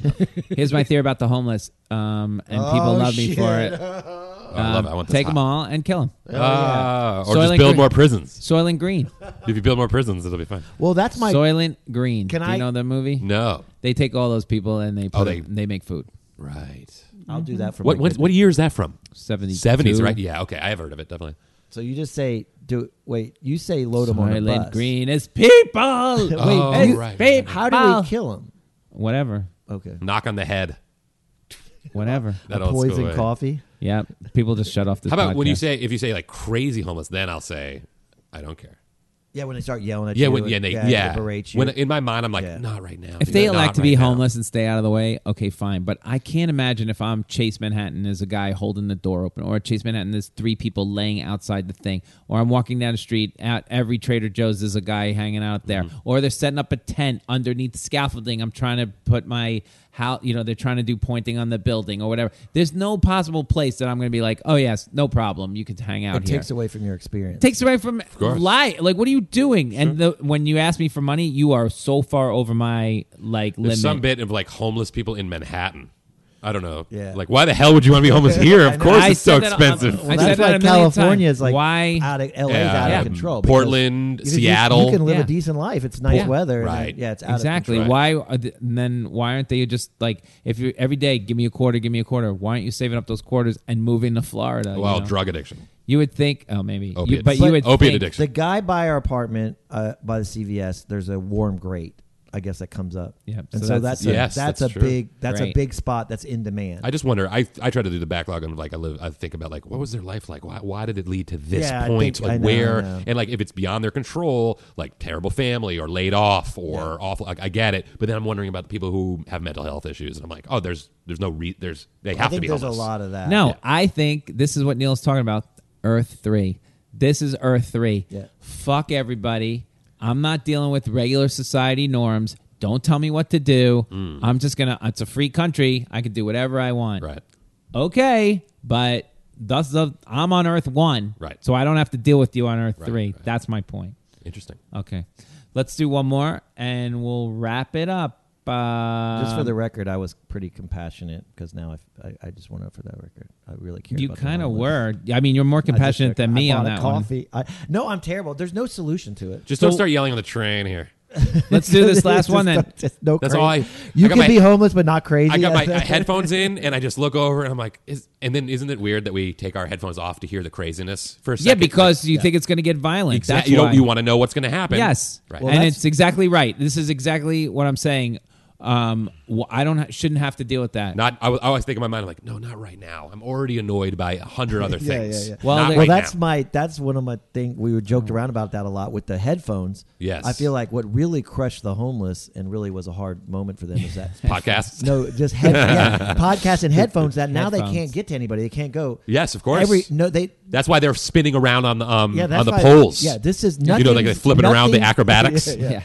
H: Here's my theory about the homeless, um, and people
G: Oh,
H: love me
G: shit.
H: for it.
I: Oh,
H: Um,
I: I love it. I want this
H: take
I: hot.
H: them all and kill them.
G: Oh,
I: Ah, or
H: Soylent
I: just build
H: Green.
I: more prisons.
H: Soylent Green.
I: If you build more prisons, it'll be fine.
G: Well, that's Oh my
H: Soylent Green.
G: Can
H: Do you
G: I-
H: know the movie?
I: No,
H: They take all those people and they put
I: Oh,
H: they,
I: they-
H: they make food.
I: right.
G: I'll do that for
I: What
G: my
I: what,
G: kid.
I: what year is that from?
H: 72.
I: Seventies, right? Yeah, okay, I have heard of it. Definitely.
G: So you just say do wait. You say load them on a bus.
H: Soylent Green is people.
G: [laughs] Wait,
I: Oh,
G: you-
I: right.
H: Babe,
G: how do we kill them?
H: Whatever.
G: Okay,
I: Knock on the head.
H: Whatever.
I: That old school
G: poison
I: way.
G: coffee.
H: yeah. People just shut off this
I: How about when you
H: podcast.
I: say if you say like crazy homeless, then I'll say I don't care.
G: Yeah, when they start yelling at
I: Yeah,
G: you.
I: when,
G: and-
I: yeah, they, yeah.
G: berate you.
I: When in my mind, I'm like,
G: Yeah.
I: not right now.
H: If
I: dude,
H: they
I: not
H: elect to be
I: right now."
H: homeless and stay out of the way, okay, fine. But I can't imagine if I'm Chase Manhattan as a guy holding the door open, or Chase Manhattan there's three people laying outside the thing, or I'm walking down the street at every Trader Joe's there's a guy hanging out there, or they're setting up a tent underneath scaffolding. I'm trying to put my how you know they're trying to do pointing on the building or whatever. There's no possible place that I'm going to be like, oh yes, no problem, you can hang out
G: it
H: here
G: takes away from your experience.
H: takes away from
I: course.
H: life. Like, what are you doing? And the, when you ask me for money, you are so far over my like limit.
I: There's some bit of like homeless people in Manhattan. I don't know.
G: Yeah.
I: Like, why the hell would you want to be
G: [laughs]
I: homeless here? Of course,
H: I
I: it's so
H: said that on-
I: expensive.
H: I
G: Well,
H: said
G: that's
H: that
G: why
H: a million
G: California
H: times.
G: is like
H: Why-
G: out of LA's out
I: Yeah.
G: of control. because
I: Portland,
G: you can-
I: Seattle.
G: You can live
H: Yeah.
G: a decent life. It's nice
H: Yeah.
G: weather. and
I: Right.
G: then- Yeah, it's out
H: exactly.
G: Of control.
H: Why? Are th- and then why aren't they just like if you every day give me a quarter, give me a quarter? Why aren't you saving up those quarters and moving to Florida?
I: well,
H: you, know?
I: drug addiction.
H: you would think. Oh, maybe. You,
I: Opiates.
H: but you would
I: Opiate
H: think,
I: addiction.
G: The guy by our apartment, uh, by the CVS, there's a warm grate. I guess that comes up.
H: Yeah,
G: and
H: so
G: so,
H: that's-
G: that's, a,
I: Yes,
G: that's,
I: that's
G: a
I: true.
G: big that's
H: Great.
G: a big spot that's in demand.
I: I just wonder. I I try to do the backlog and like I live. I think about like what was their life like? Why why did it lead to this
G: Yeah, I
I: point?
G: think-
I: like
G: I know, I
I: where
G: know.
I: and like if it's beyond their control, like terrible family or laid off or awful. Like, I get it, but then I'm wondering about the people who have mental health issues, and I'm like, oh, there's there's no re- there's they
G: I
I: have to
G: think
I: be
G: there's
I: homeless.
G: a lot of that.
H: No, I think this is what Neil's talking about. Earth three. This is Earth three.
G: Yeah.
H: Fuck everybody. I'm not dealing with regular society norms. Don't tell me what to do.
G: Mm.
H: I'm just gonna. It's a free country. I can do whatever I want.
I: Right.
H: Okay, but thus the I'm on Earth one.
I: Right.
H: So I don't have to deal with you on Earth
I: Right,
H: three.
I: right.
H: That's my point.
I: Interesting.
H: Okay, let's do one more and we'll wrap it up. Uh,
G: Just for the record, I was pretty compassionate because now I, I, I just went out for that record. I really care.
H: you
G: about the
H: kind of
G: homeless.
H: were. I mean, you're more
G: I just-
H: compassionate than
G: I
H: me
G: bought
H: on
G: a
H: that one.
G: coffee. I, no, I'm terrible. There's no solution to it.
I: Just
H: So-
I: don't start yelling on the train here.
H: Let's do
G: [laughs]
H: this last one
I: [laughs]
H: then.
G: Just- just no
I: That's
G: cra-
I: all I-
G: You
I: I got
G: can
I: my-
G: be homeless but not crazy.
I: I got
G: [laughs]
I: my uh,
G: That's-
I: headphones in, and I just look over, and I'm like, is, and then isn't it weird that we take our headphones off to hear the craziness for a second?
H: Yeah, because you think it's going to get violent.
I: Exact-
H: That's
I: you
H: why.
I: don't you want to know what's going to happen.
H: Yes,
I: Right.
G: Well,
H: and
G: that's-
H: it's exactly right. This is exactly what I'm saying. Um, wh- I don't ha- shouldn't have to deal with that.
I: Not, I, was- I always think in my mind, I'm like, no, not right now. I'm already annoyed by a hundred other
G: [laughs] Yeah, yeah,
I: things.
G: yeah.
H: Well,
I: Not
H: they-
G: well,
I: right
G: that's
I: now. Mm.
G: my that's one of my thing. We were joked around about that a lot with the headphones.
I: Yes.
G: I feel like what really crushed the homeless and really was a hard moment for them
I: [laughs]
G: is that
I: podcasts.
G: no, just
I: [laughs]
G: head, yeah, podcasts and headphones that now
H: Headphones.
G: they can't get to anybody. They can't go.
I: Yes, of course.
G: Every no, they
I: That's why they're spinning around on the um
G: yeah that's
I: on the
G: why-
I: poles.
G: Yeah, this is
I: You
G: nothing.
I: know, like they flip it around, the
G: nothing- [laughs]
I: acrobatics.
G: Yeah, yeah.
H: yeah.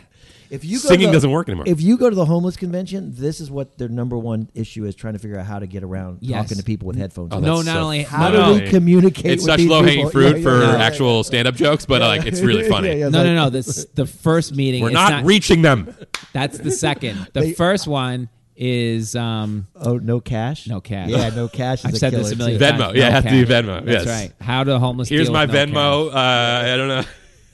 G: If you go
I: Singing
G: to the-
I: doesn't work anymore.
G: If you go to the homeless convention, this is what their number one issue is: trying to figure out how to get around
H: Yes.
G: talking to people with headphones.
I: Oh,
G: on.
I: that's
H: No, not
I: so
H: only-
G: how
H: no,
G: do
H: no.
G: we communicate?
I: it's
G: with
I: such
G: these
I: low hanging
G: people?
I: fruit
G: Yeah, yeah,
I: for
G: yeah.
I: actual stand up jokes, but like it's really funny.
G: [laughs] Yeah, yeah,
H: No,
G: like-
H: no, no. This the first meeting.
I: We're
H: it's
I: not, reaching them.
H: That's the
I: [laughs]
H: second. The first one is um,
G: Oh, no cash.
H: No cash.
G: Yeah,
H: [laughs]
G: no cash. Is
H: I've
G: a
H: said
G: killer
H: this a million
G: too.
I: Venmo.
H: times.
I: Yeah, it has to be
H: cash.
I: Venmo.
H: That's
I: Yes.
H: right. How do homeless?
I: Here's
H: deal
I: my
H: with no
I: Venmo.
H: cash?
I: Uh, I don't know.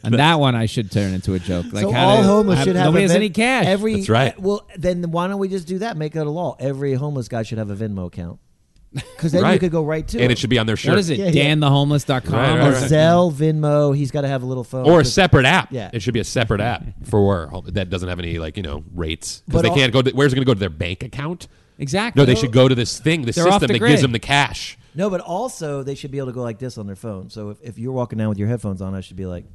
H: And that one I should turn into a joke. Like
G: so
H: how
G: all
H: do-
G: homeless
H: how-
G: should have.
H: nobody
G: a
H: has
G: Ven-
H: any cash.
G: Every
I: That's right.
G: eh, Well, then why don't we just do that? Make it a law. Every homeless guy should have a
H: [laughs]
G: Venmo account. Because then
I: Right.
G: you could go right to
I: And it should be on their shirt.
H: what is it?
G: Yeah, yeah.
H: DanTheHomeless.com
I: Right,
G: Or
I: right, right.
G: Zelle, Venmo. He's got to have a little phone.
I: or a
G: Just-
I: separate app.
G: Yeah.
I: it should be a separate app for home- that doesn't have any like you know rates because
G: But
I: they
G: al-
I: can't go. To, where's it going to go to their bank account?
H: Exactly.
I: No, they should go to this thing, this
H: They're off
I: system
H: the
I: that gives
H: grid.
I: them the cash.
G: No, but also they should be able to go like this on their phone. So if, if you're walking down with your headphones on, I should be like,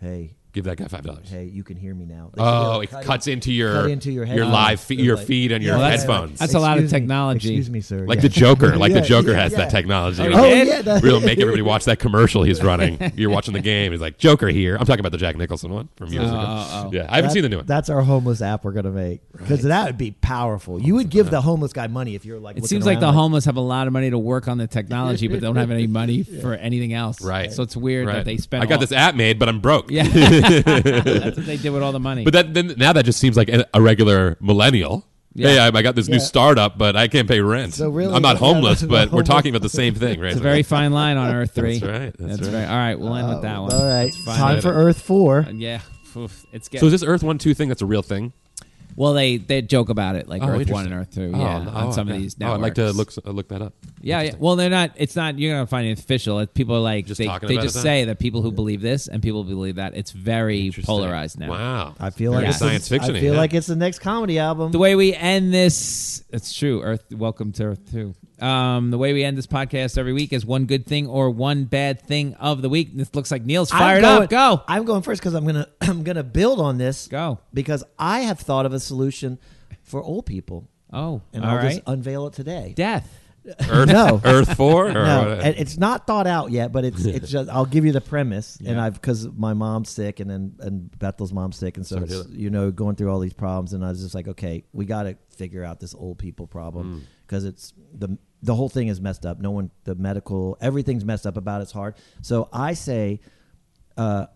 G: "Hey,
I: Give that guy five dollars.
G: Hey, you can hear me now. They should be able
I: Oh,
G: to
I: it
G: cut
I: cuts into your
G: cut into your head-
I: live fe-
G: They're
I: your
G: like-
I: feed and your
G: Yeah,
H: that's-
I: headphones.
H: that's a lot of
G: Excuse me.
H: technology.
G: Excuse me, sir.
I: like
G: Yeah.
I: the
G: [laughs]
I: Joker, like
G: Yeah,
I: the Joker
G: yeah,
I: has
G: yeah.
I: that technology.
G: Oh,
I: Like,
G: yeah, that-
I: We'll
G: [laughs]
I: make everybody watch that commercial he's running. You're watching the game. He's like Joker here. I'm talking about the Jack Nicholson one from years ago.
H: oh, oh.
I: Yeah, I haven't
G: That-
I: seen the new one.
G: That's our homeless app we're gonna make because that would be powerful. You would give the homeless guy money if you're like.
H: It
G: looking
H: seems like the
G: around
H: homeless have a lot of money to work on the technology, but don't have
I: [laughs]
H: any money for anything else.
I: Right.
H: So it's weird that
I: Right.
H: they spend.
I: I got
H: all-
I: this app made, but I'm broke.
H: [laughs]
I: [laughs]
H: Yeah. That's what they did with all the money.
I: But that then now that just seems like a a regular millennial.
H: Yeah.
I: Hey, I, I got this
G: Yeah.
I: new startup, but I can't pay rent.
G: So really,
I: I'm not
G: yeah,
I: homeless,
G: the
I: but we're
G: homeless-
I: talking about the same thing, right?
H: it's a very fine line on Earth Three.
I: right, that's
H: right. All right. We'll end with that one.
G: Oh, All right,
H: It's fine.
G: time for Earth Four.
H: Yeah. Oof, it's getting.
I: so is this Earth One Two thing that's a real thing?
H: well, they they joke about it like
I: Oh,
H: Earth One
I: interesting.
H: and Earth Two. yeah.
I: no,
H: on some of
I: okay.
H: these
I: Oh,
H: networks.
I: I'd like to look uh, look that up.
H: Yeah, yeah. Well, they're not. It's not. You're gonna find it official. It- People are like
I: Just
H: they,
I: talking
H: they
I: about it
H: just
I: then?
H: say that people who believe this and people who believe that. It's very polarized now.
I: Wow,
G: I feel
I: Very
G: like it's
I: science
G: the,
I: fiction.
G: I feel like it's the next comedy album.
H: The way we end this, it's true. Earth, welcome to Earth Two. Um, the way we end this podcast every week is one good thing or one bad thing of the week. This looks like Neil's
G: I'm
H: fired
G: going-
H: up. Go,
G: I'm going first because I'm gonna [clears throat] I'm gonna build on this.
H: go.
G: because I have thought of a solution for old people,
H: Oh,
G: and
H: all
G: I'll
H: right.
G: just unveil it today.
H: Death.
I: Earth
G: No.
I: Earth
G: [laughs]
I: Four. Or
G: no,
I: what?
G: and it's not thought out yet, but
I: [laughs]
G: it's it's just I'll give you the premise, and I've because my mom's sick, and then and Bethel's mom's sick, and so
I: Sorry to
G: it's,
I: hear
G: you know going through all these problems, and I was just like, okay, we got to figure out this old people problem
I: Mm.
G: because it's the the whole thing is messed up. No one, the medical, everything's messed up about. it. It's hard. So I say, uh,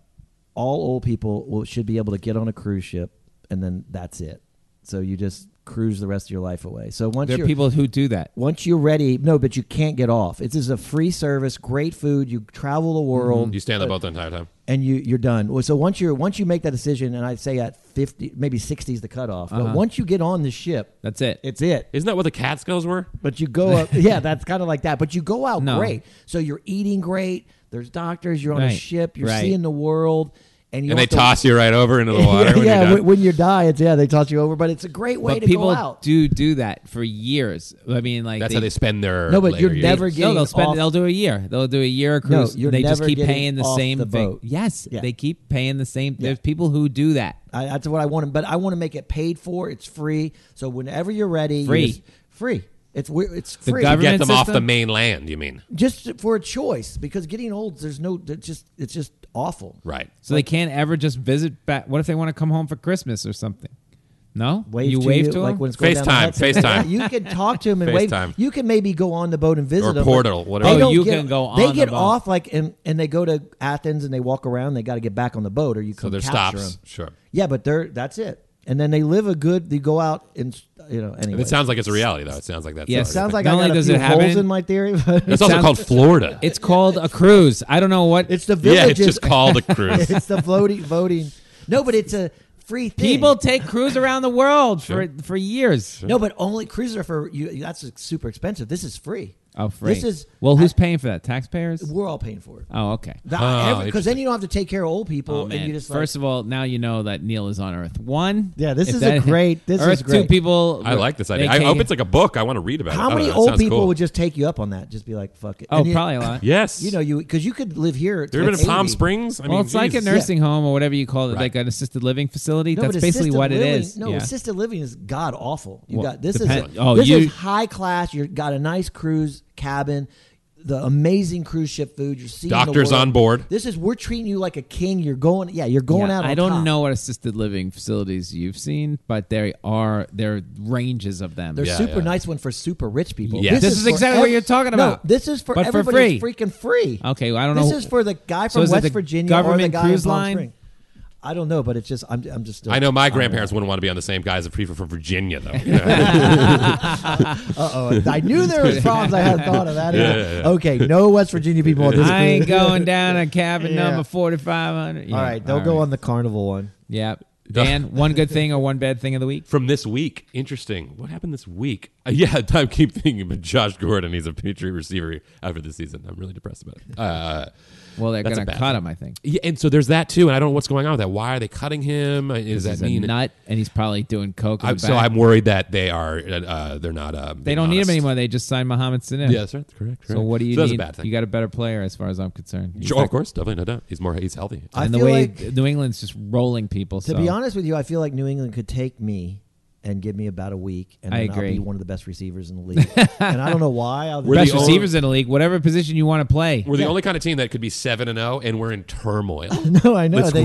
G: all old people will, should be able to get on a cruise ship, and then that's it. So you just cruise the rest of your life away. So once
H: There are
G: you're-
H: people who do that.
G: once you're ready, no, but you can't get off. It is a free service, great food. You travel
H: Mm-hmm.
G: the world, uh,
I: you stand on the boat the entire time.
G: and you you're done. Well, So once you're once you make that decision, and I say at fifty, maybe sixty is the cutoff. But once you get on the ship,
H: Uh-huh. That's it.
G: it's it.
I: Isn't that what the Catskills were?
G: But you
H: [laughs]
G: go up, yeah, that's kind of like that. But you go out
H: No.
G: great. So you're eating great. There's doctors. You're on
H: Right.
G: a ship. You're
H: Right.
G: seeing the world, and you
I: And they
G: don't have
I: toss
G: to-
I: you right over into the
G: [laughs]
I: water. when
G: yeah, yeah,
I: you're done.
G: when, when you die, it's yeah, they toss you over. But it's a great way
H: but
G: to
H: people
G: go out.
H: do do that for years. I mean, like
I: That's how they spend their.
G: No, but
I: later
G: you're
I: years.
G: never
H: no,
G: getting
H: they'll spend.
G: off-
H: They'll do a year. They'll do a year of
G: No,
H: cruise.
G: you're
H: they just
G: never
H: keep
G: getting
H: paying the
G: off
H: same
G: the
H: thing.
G: boat.
H: Yes,
G: Yeah.
H: they keep paying the same.
G: Yeah.
H: There's people who do that.
G: I, that's what I want, but I want to make it paid for. It's free, so whenever you're ready, you
H: Free.
G: just- free. It's weir- it's
H: The
G: free.
H: government-
I: get them off the
H: system?
I: mainland. You mean
G: just for a choice because getting old, there's no, it's just it's just awful.
I: right?
H: So they can't ever just visit back. What if they want to come home for Christmas or something? No,
G: Wave
H: you
G: to
H: wave to
G: you,
H: them.
G: like when it's going down the
I: FaceTime, FaceTime.
G: headset. Yeah, [laughs] you can talk to them and
I: FaceTime.
G: wave. You can maybe go on the boat and visit
I: Or
G: them.
I: portal,
G: but
I: whatever.
G: they
I: Oh,
G: don't
H: you
G: get-
H: can go
G: They
H: on
G: get
H: the boat.
G: off like and and they go to Athens and they walk around. They got to get back on the boat or you
I: So
G: can
I: their
G: capture
I: stops.
G: them.
I: Sure.
G: Yeah, but they're that's it. And then they live a good. They go out and you know anyway.
I: It sounds like it's a reality, though. It sounds like that's.
H: Yeah, it
I: already a
G: Sounds
I: thing.
G: like
H: Not
G: I
H: only
G: got a
H: does
G: few
H: it happen-
G: holes in
H: [laughs]
G: my theory. But
I: It's also
H: sounds-
I: called Florida.
H: it's called a cruise. I don't know what
G: [laughs] It's the
I: yeah,
G: villages.
I: it's just called a cruise.
G: [laughs] It's the voting. Voting. No, but it's a free thing.
H: people take cruise around the world for for years.
G: No, but only cruises are for you. That's super expensive. This is free.
H: Oh, free.
G: This is
H: well, who's
G: I-
H: paying for that? Taxpayers.
G: We're all paying for it.
H: Oh, okay.
I: Oh,
G: Because then you don't have to take care of old people,
H: Oh,
G: and
H: man.
G: you just like,
H: First of all, now you know that Neil is on Earth One.
G: Yeah, this
H: If
G: is
H: [laughs]
G: a great- this is
H: Earth Two
G: great.
H: people.
I: I like this
H: they
I: idea. I
H: can't-
I: hope it's like a book. I want to read about it. I
G: how
I: don't
G: many
I: know. That
G: old
I: sounds
G: people
I: cool.
G: would just take you up on that? Just be like, fuck it.
H: Oh,
G: And you-
H: probably a lot.
I: Yes.
G: You know, you because you could live here.
I: They're even
G: at
I: in Palm
G: 80.
I: Springs. [laughs] I
H: well,
I: mean,
H: it's like a
I: geez.
H: nursing home or whatever you call it,
I: Right.
H: like an assisted living facility.
G: No,
H: That's
G: but
H: basically
G: assisted
H: what
G: living,
H: it is.
G: No,
H: yeah.
G: assisted living is god awful. You
H: Well,
G: got this
H: depend-
G: is
H: oh,
G: this
H: you-
G: is high class. You got a nice cruise cabin, the amazing cruise ship food. You're seeing the
I: Doctors
G: world.
I: on board.
G: This is we're treating you like a king. You're going, yeah, you're going
H: Yeah,
G: out. On
H: I don't
G: top.
H: know what assisted living facilities you've seen, but there are there are ranges of them.
G: They're [laughs]
I: Yeah,
G: super
I: yeah.
G: nice one for super rich people.
I: Yeah. This
H: is
G: for
H: exactly
G: ev-
H: what you're talking about.
G: No, this is for
H: But for
G: everybody.
H: free.
G: freaking free.
H: Okay, well, I don't
G: this
H: know-
G: This is for the guy
H: So
G: from
H: is it
G: West
H: the
G: Virginia or the
H: government
G: guy
H: cruise
G: in Palm
H: line?
G: Springs. I don't know, but it's just I'm, I'm just. Still,
I: I know my
G: don't
I: grandparents wouldn't want to be on the same guy as a people from Virginia, though. [laughs] You know?
G: [laughs] Uh-oh. Uh, I knew there was problems. I hadn't thought of that.
I: Yeah,
G: either.
I: yeah, yeah.
G: Okay, no West Virginia people on this.
H: I ain't
G: cruise.
H: going down a cabin
G: Yeah.
H: number forty five hundred.
G: All right, they'll go on the carnival one.
I: [laughs]
H: Yeah, Dan, one good thing or one bad thing of the week?
I: from this week, interesting. What happened this week? I Uh, yeah, [laughs] I keep thinking about Josh Gordon. He's a Patriot receiver after the season. I'm really depressed about it. Uh,
H: Well, they're
I: That's a
H: going to
I: bad
H: cut him, I think.
I: yeah, and so there's that too. And I don't know what's going on with that. Why are they cutting him? Is that
H: He's
I: mean?
H: a nut, and he's probably doing coke. in
I: I,
H: the
I: so
H: back.
I: I'm worried that they are. Uh, they're not. Um,
H: they
I: being
H: don't need him
I: honest.
H: anymore. They just signed Mohammed Sanu.
I: Yeah, that's right. That's correct.
H: So
I: correct.
H: what do you
I: So that's
H: need?
I: a bad thing.
H: You got a better player, as far as I'm concerned. He's
I: Sure,
H: like-
I: of course, definitely, no doubt. He's more. He's healthy.
G: I
H: and the
G: feel
H: way
G: like-
H: New England's just rolling people.
G: To
H: so.
G: be honest with you, I feel like New England could take me and give me about a week, and
H: I
G: then I'll
H: agree.
G: be one of the best receivers in the league. and I don't
H: [laughs]
G: know why. I'll
I: We're
H: best
I: the only-
H: receivers in the league, whatever position you want to play.
I: We're the only kind of team that could be seven and zero, and we're in
H: [laughs]
I: turmoil.
G: no, I know.
I: That's
G: They-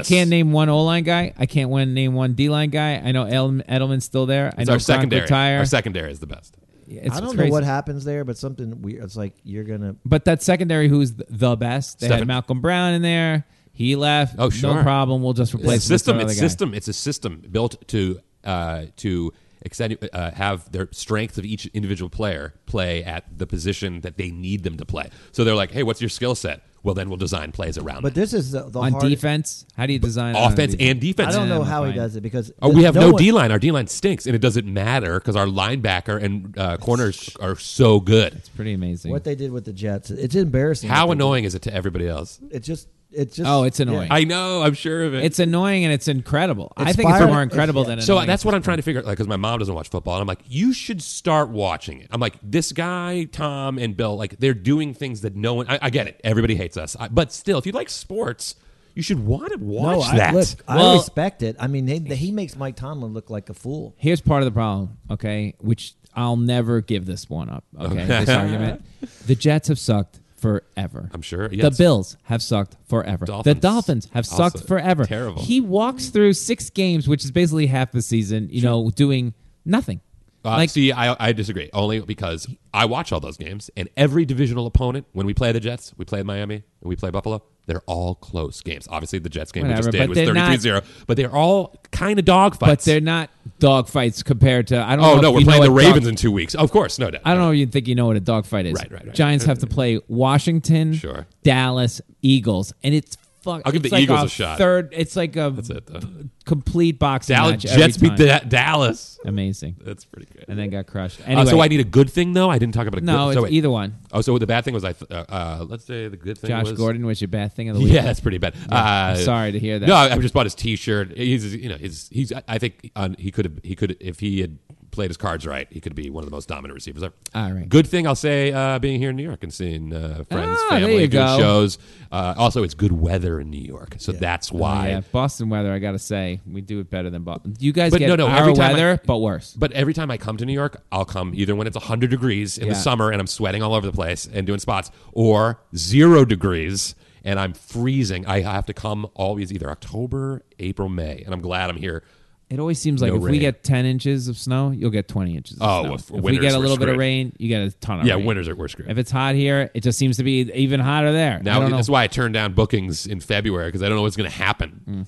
H: I can't name one O line guy. I can't win, name one D line guy. I know Edelman, Edelman's still there. I
I: It's
H: know
I: our
H: Gronk
I: secondary.
H: Retire.
I: Our secondary is the best.
H: It's
G: I don't
H: crazy.
G: know what happens there, but something weird. It's like you're gonna.
H: But that secondary, who's th- the best? They had
I: Stefan-
H: Malcolm Brown in there. He left.
I: Oh,
H: No
I: sure.
H: problem. We'll just replace
I: It's a
H: him with some
I: system. It's
H: other guy.
I: system. It's a system built to uh, to accentu- uh, have their strength of each individual player play at the position that they need them to play. So they're like, hey, what's your skill set? Well, then we'll design plays around.
G: But
I: it.
G: this is the, the
H: On
G: hard-
H: defense, how do you design it on
I: offense
H: defense?
I: and defense.
G: I don't know
H: I'm
G: how he
H: fine.
G: does it because
I: Oh, we have no,
G: one-
I: D line. Our D line stinks, and it doesn't matter because our linebacker and uh, corners are so good.
H: It's pretty amazing.
G: What they did with the Jets, it's embarrassing.
I: How
G: what they did.
I: annoying is it to everybody else?
G: It's just. It's just.
H: Oh, it's annoying.
I: I know. I'm sure of it.
H: it's annoying and it's incredible. I think it's
G: Inspired-
H: more incredible than
I: so
H: annoying.
I: that's what I'm trying to figure out. Like, because my mom doesn't watch football, and I'm like, you should start watching it. I'm like, this guy, Tom and Bill, like they're doing things that no one. I, I get it. Everybody hates us, I, but still, if you like sports, you should want to watch
G: No, I,
I: that.
G: look, I
H: Well-
G: respect it. I mean, they, he makes Mike Tomlin look like a fool.
H: Here's part of the problem, okay, which I'll never give this one up, okay, this
I: [laughs]
H: argument. The Jets have sucked forever.
I: I'm sure,
H: The
I: yes.
H: Bills have sucked forever. The
I: Dolphins
H: Dolphins have sucked
I: also
H: forever.
I: terrible.
H: He walks through six games, which is basically half the season, you know, doing nothing.
I: Uh,
H: like
I: see, I, I disagree. Only because I watch all those games, and every divisional opponent, when we play the Jets, we play Miami, and we play Buffalo, they're all close games. Obviously, the Jets game
H: Whatever,
I: we
H: but
I: just did was
H: they're not-
I: 33 0, but they're all kind of dogfights.
H: but they're not dogfights compared to I don't know.
I: oh,
H: if
I: no, we're
H: you know
I: playing the
H: what
I: Ravens
H: dog-
I: in two weeks. Of course, no doubt.
H: I don't know if you think you know what a dogfight is.
I: Right, right, right.
H: Giants have to play Washington,
I: Sure.
H: Dallas, Eagles, and it's fuck.
I: I'll give
H: it's
I: the
H: like
I: Eagles a shot.
H: Third, it's like a
I: it, though.
H: b- complete boxing
I: Dallas,
H: match.
I: Jets
H: every
I: beat
H: time.
I: da- Dallas.
H: Amazing,
I: That's pretty good.
H: and then got crushed.
I: Uh,
H: Anyway,
I: so I need a good thing, though? I didn't talk about a
H: no,
I: good
H: it's
I: so wait.
H: either one.
I: Oh, so the bad thing was I. Th- uh, uh, let's say the good thing
H: Josh
I: was.
H: Gordon was your bad thing of the week.
I: [laughs] Yeah, that's pretty bad. Uh,
H: sorry to hear that.
I: No, I I just bought his T-shirt. He's, you know, his, he's. I- I think on, he could have. He could if he had played his cards right, he could be one of the most dominant receivers ever.
H: All right.
I: Good thing I'll say uh, being here in New York and seeing uh, friends,
H: Ah, there
I: family,
H: you
I: doing
H: go.
I: shows. Uh, also, it's good weather in New York, so that's why.
H: yeah, Boston weather. I gotta say, we do it better than Boston. You guys
I: But
H: get
I: no, no,
H: our
I: every time I-
H: weather, but worse.
I: But every time I come to New York, I'll come either when it's 100 degrees in
H: Yeah.
I: the summer and I'm sweating all over the place and doing spots, or zero degrees and I'm freezing. I have to come always either October, April, May, and I'm glad I'm here.
H: It always seems like
I: No
H: if we
I: rain.
H: get ten inches of snow, you'll get twenty inches. Of
I: Oh,
H: snow.
I: if
H: we
I: winters
H: get a
I: were
H: little bit of
I: screwed.
H: rain, you get a ton of
I: Yeah,
H: rain.
I: winters are worse.
H: If it's hot here, it just seems to be even hotter there. I
I: Now
H: don't
I: that's
H: know.
I: why I turned down bookings in February because I don't know what's going to
H: Mm.
I: happen.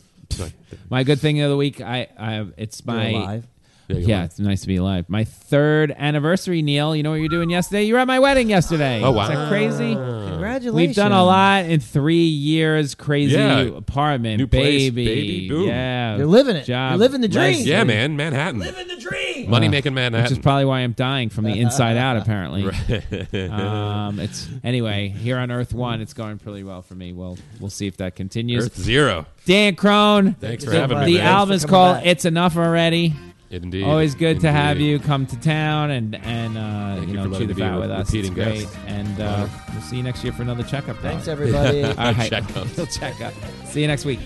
H: my good thing of the week. I, I it's my
G: alive.
H: Yeah,
I: Yeah, you're alive.
H: it's nice to be alive. My third anniversary, Neil. You know what you're doing yesterday? You were at my wedding yesterday.
I: Oh,
H: Isn't that
I: wow.
H: crazy?
G: Congratulations.
H: We've done a lot in three years. Crazy
I: Yeah.
H: apartment,
I: New place,
H: baby.
I: baby, boom.
H: Yeah,
G: You're living it.
H: Job,
G: You're living the dream.
H: Leslie.
I: Yeah, man, Manhattan, living the dream, money making
H: Uh, Which
I: Manhattan.
H: is probably why I'm dying from the inside
G: [laughs]
H: out. Apparently, um, it's anyway here on Earth One. It's going pretty well for me. Well, we'll see if that continues.
I: Earth Zero.
H: Dan Crone.
I: Thanks for
H: the,
I: having me,
H: The
I: man.
H: album
G: Thanks
H: is
G: for
H: called
G: coming back.
H: "It's Enough Already."
I: Indeed.
H: Always good to have
I: Indeed.
H: you come to town and and uh, you
I: you
H: know
I: for
H: chew
I: letting
H: the
I: me be
H: fat
I: a
H: with us. It's
I: repeating
H: great,
I: guest.
H: and uh,
I: Honor.
H: we'll see you next year for another checkup. [laughs]
G: Thanks
H: Rob.
G: everybody.
H: All right, [laughs]
I: Checkup.
H: checkup. See you next week.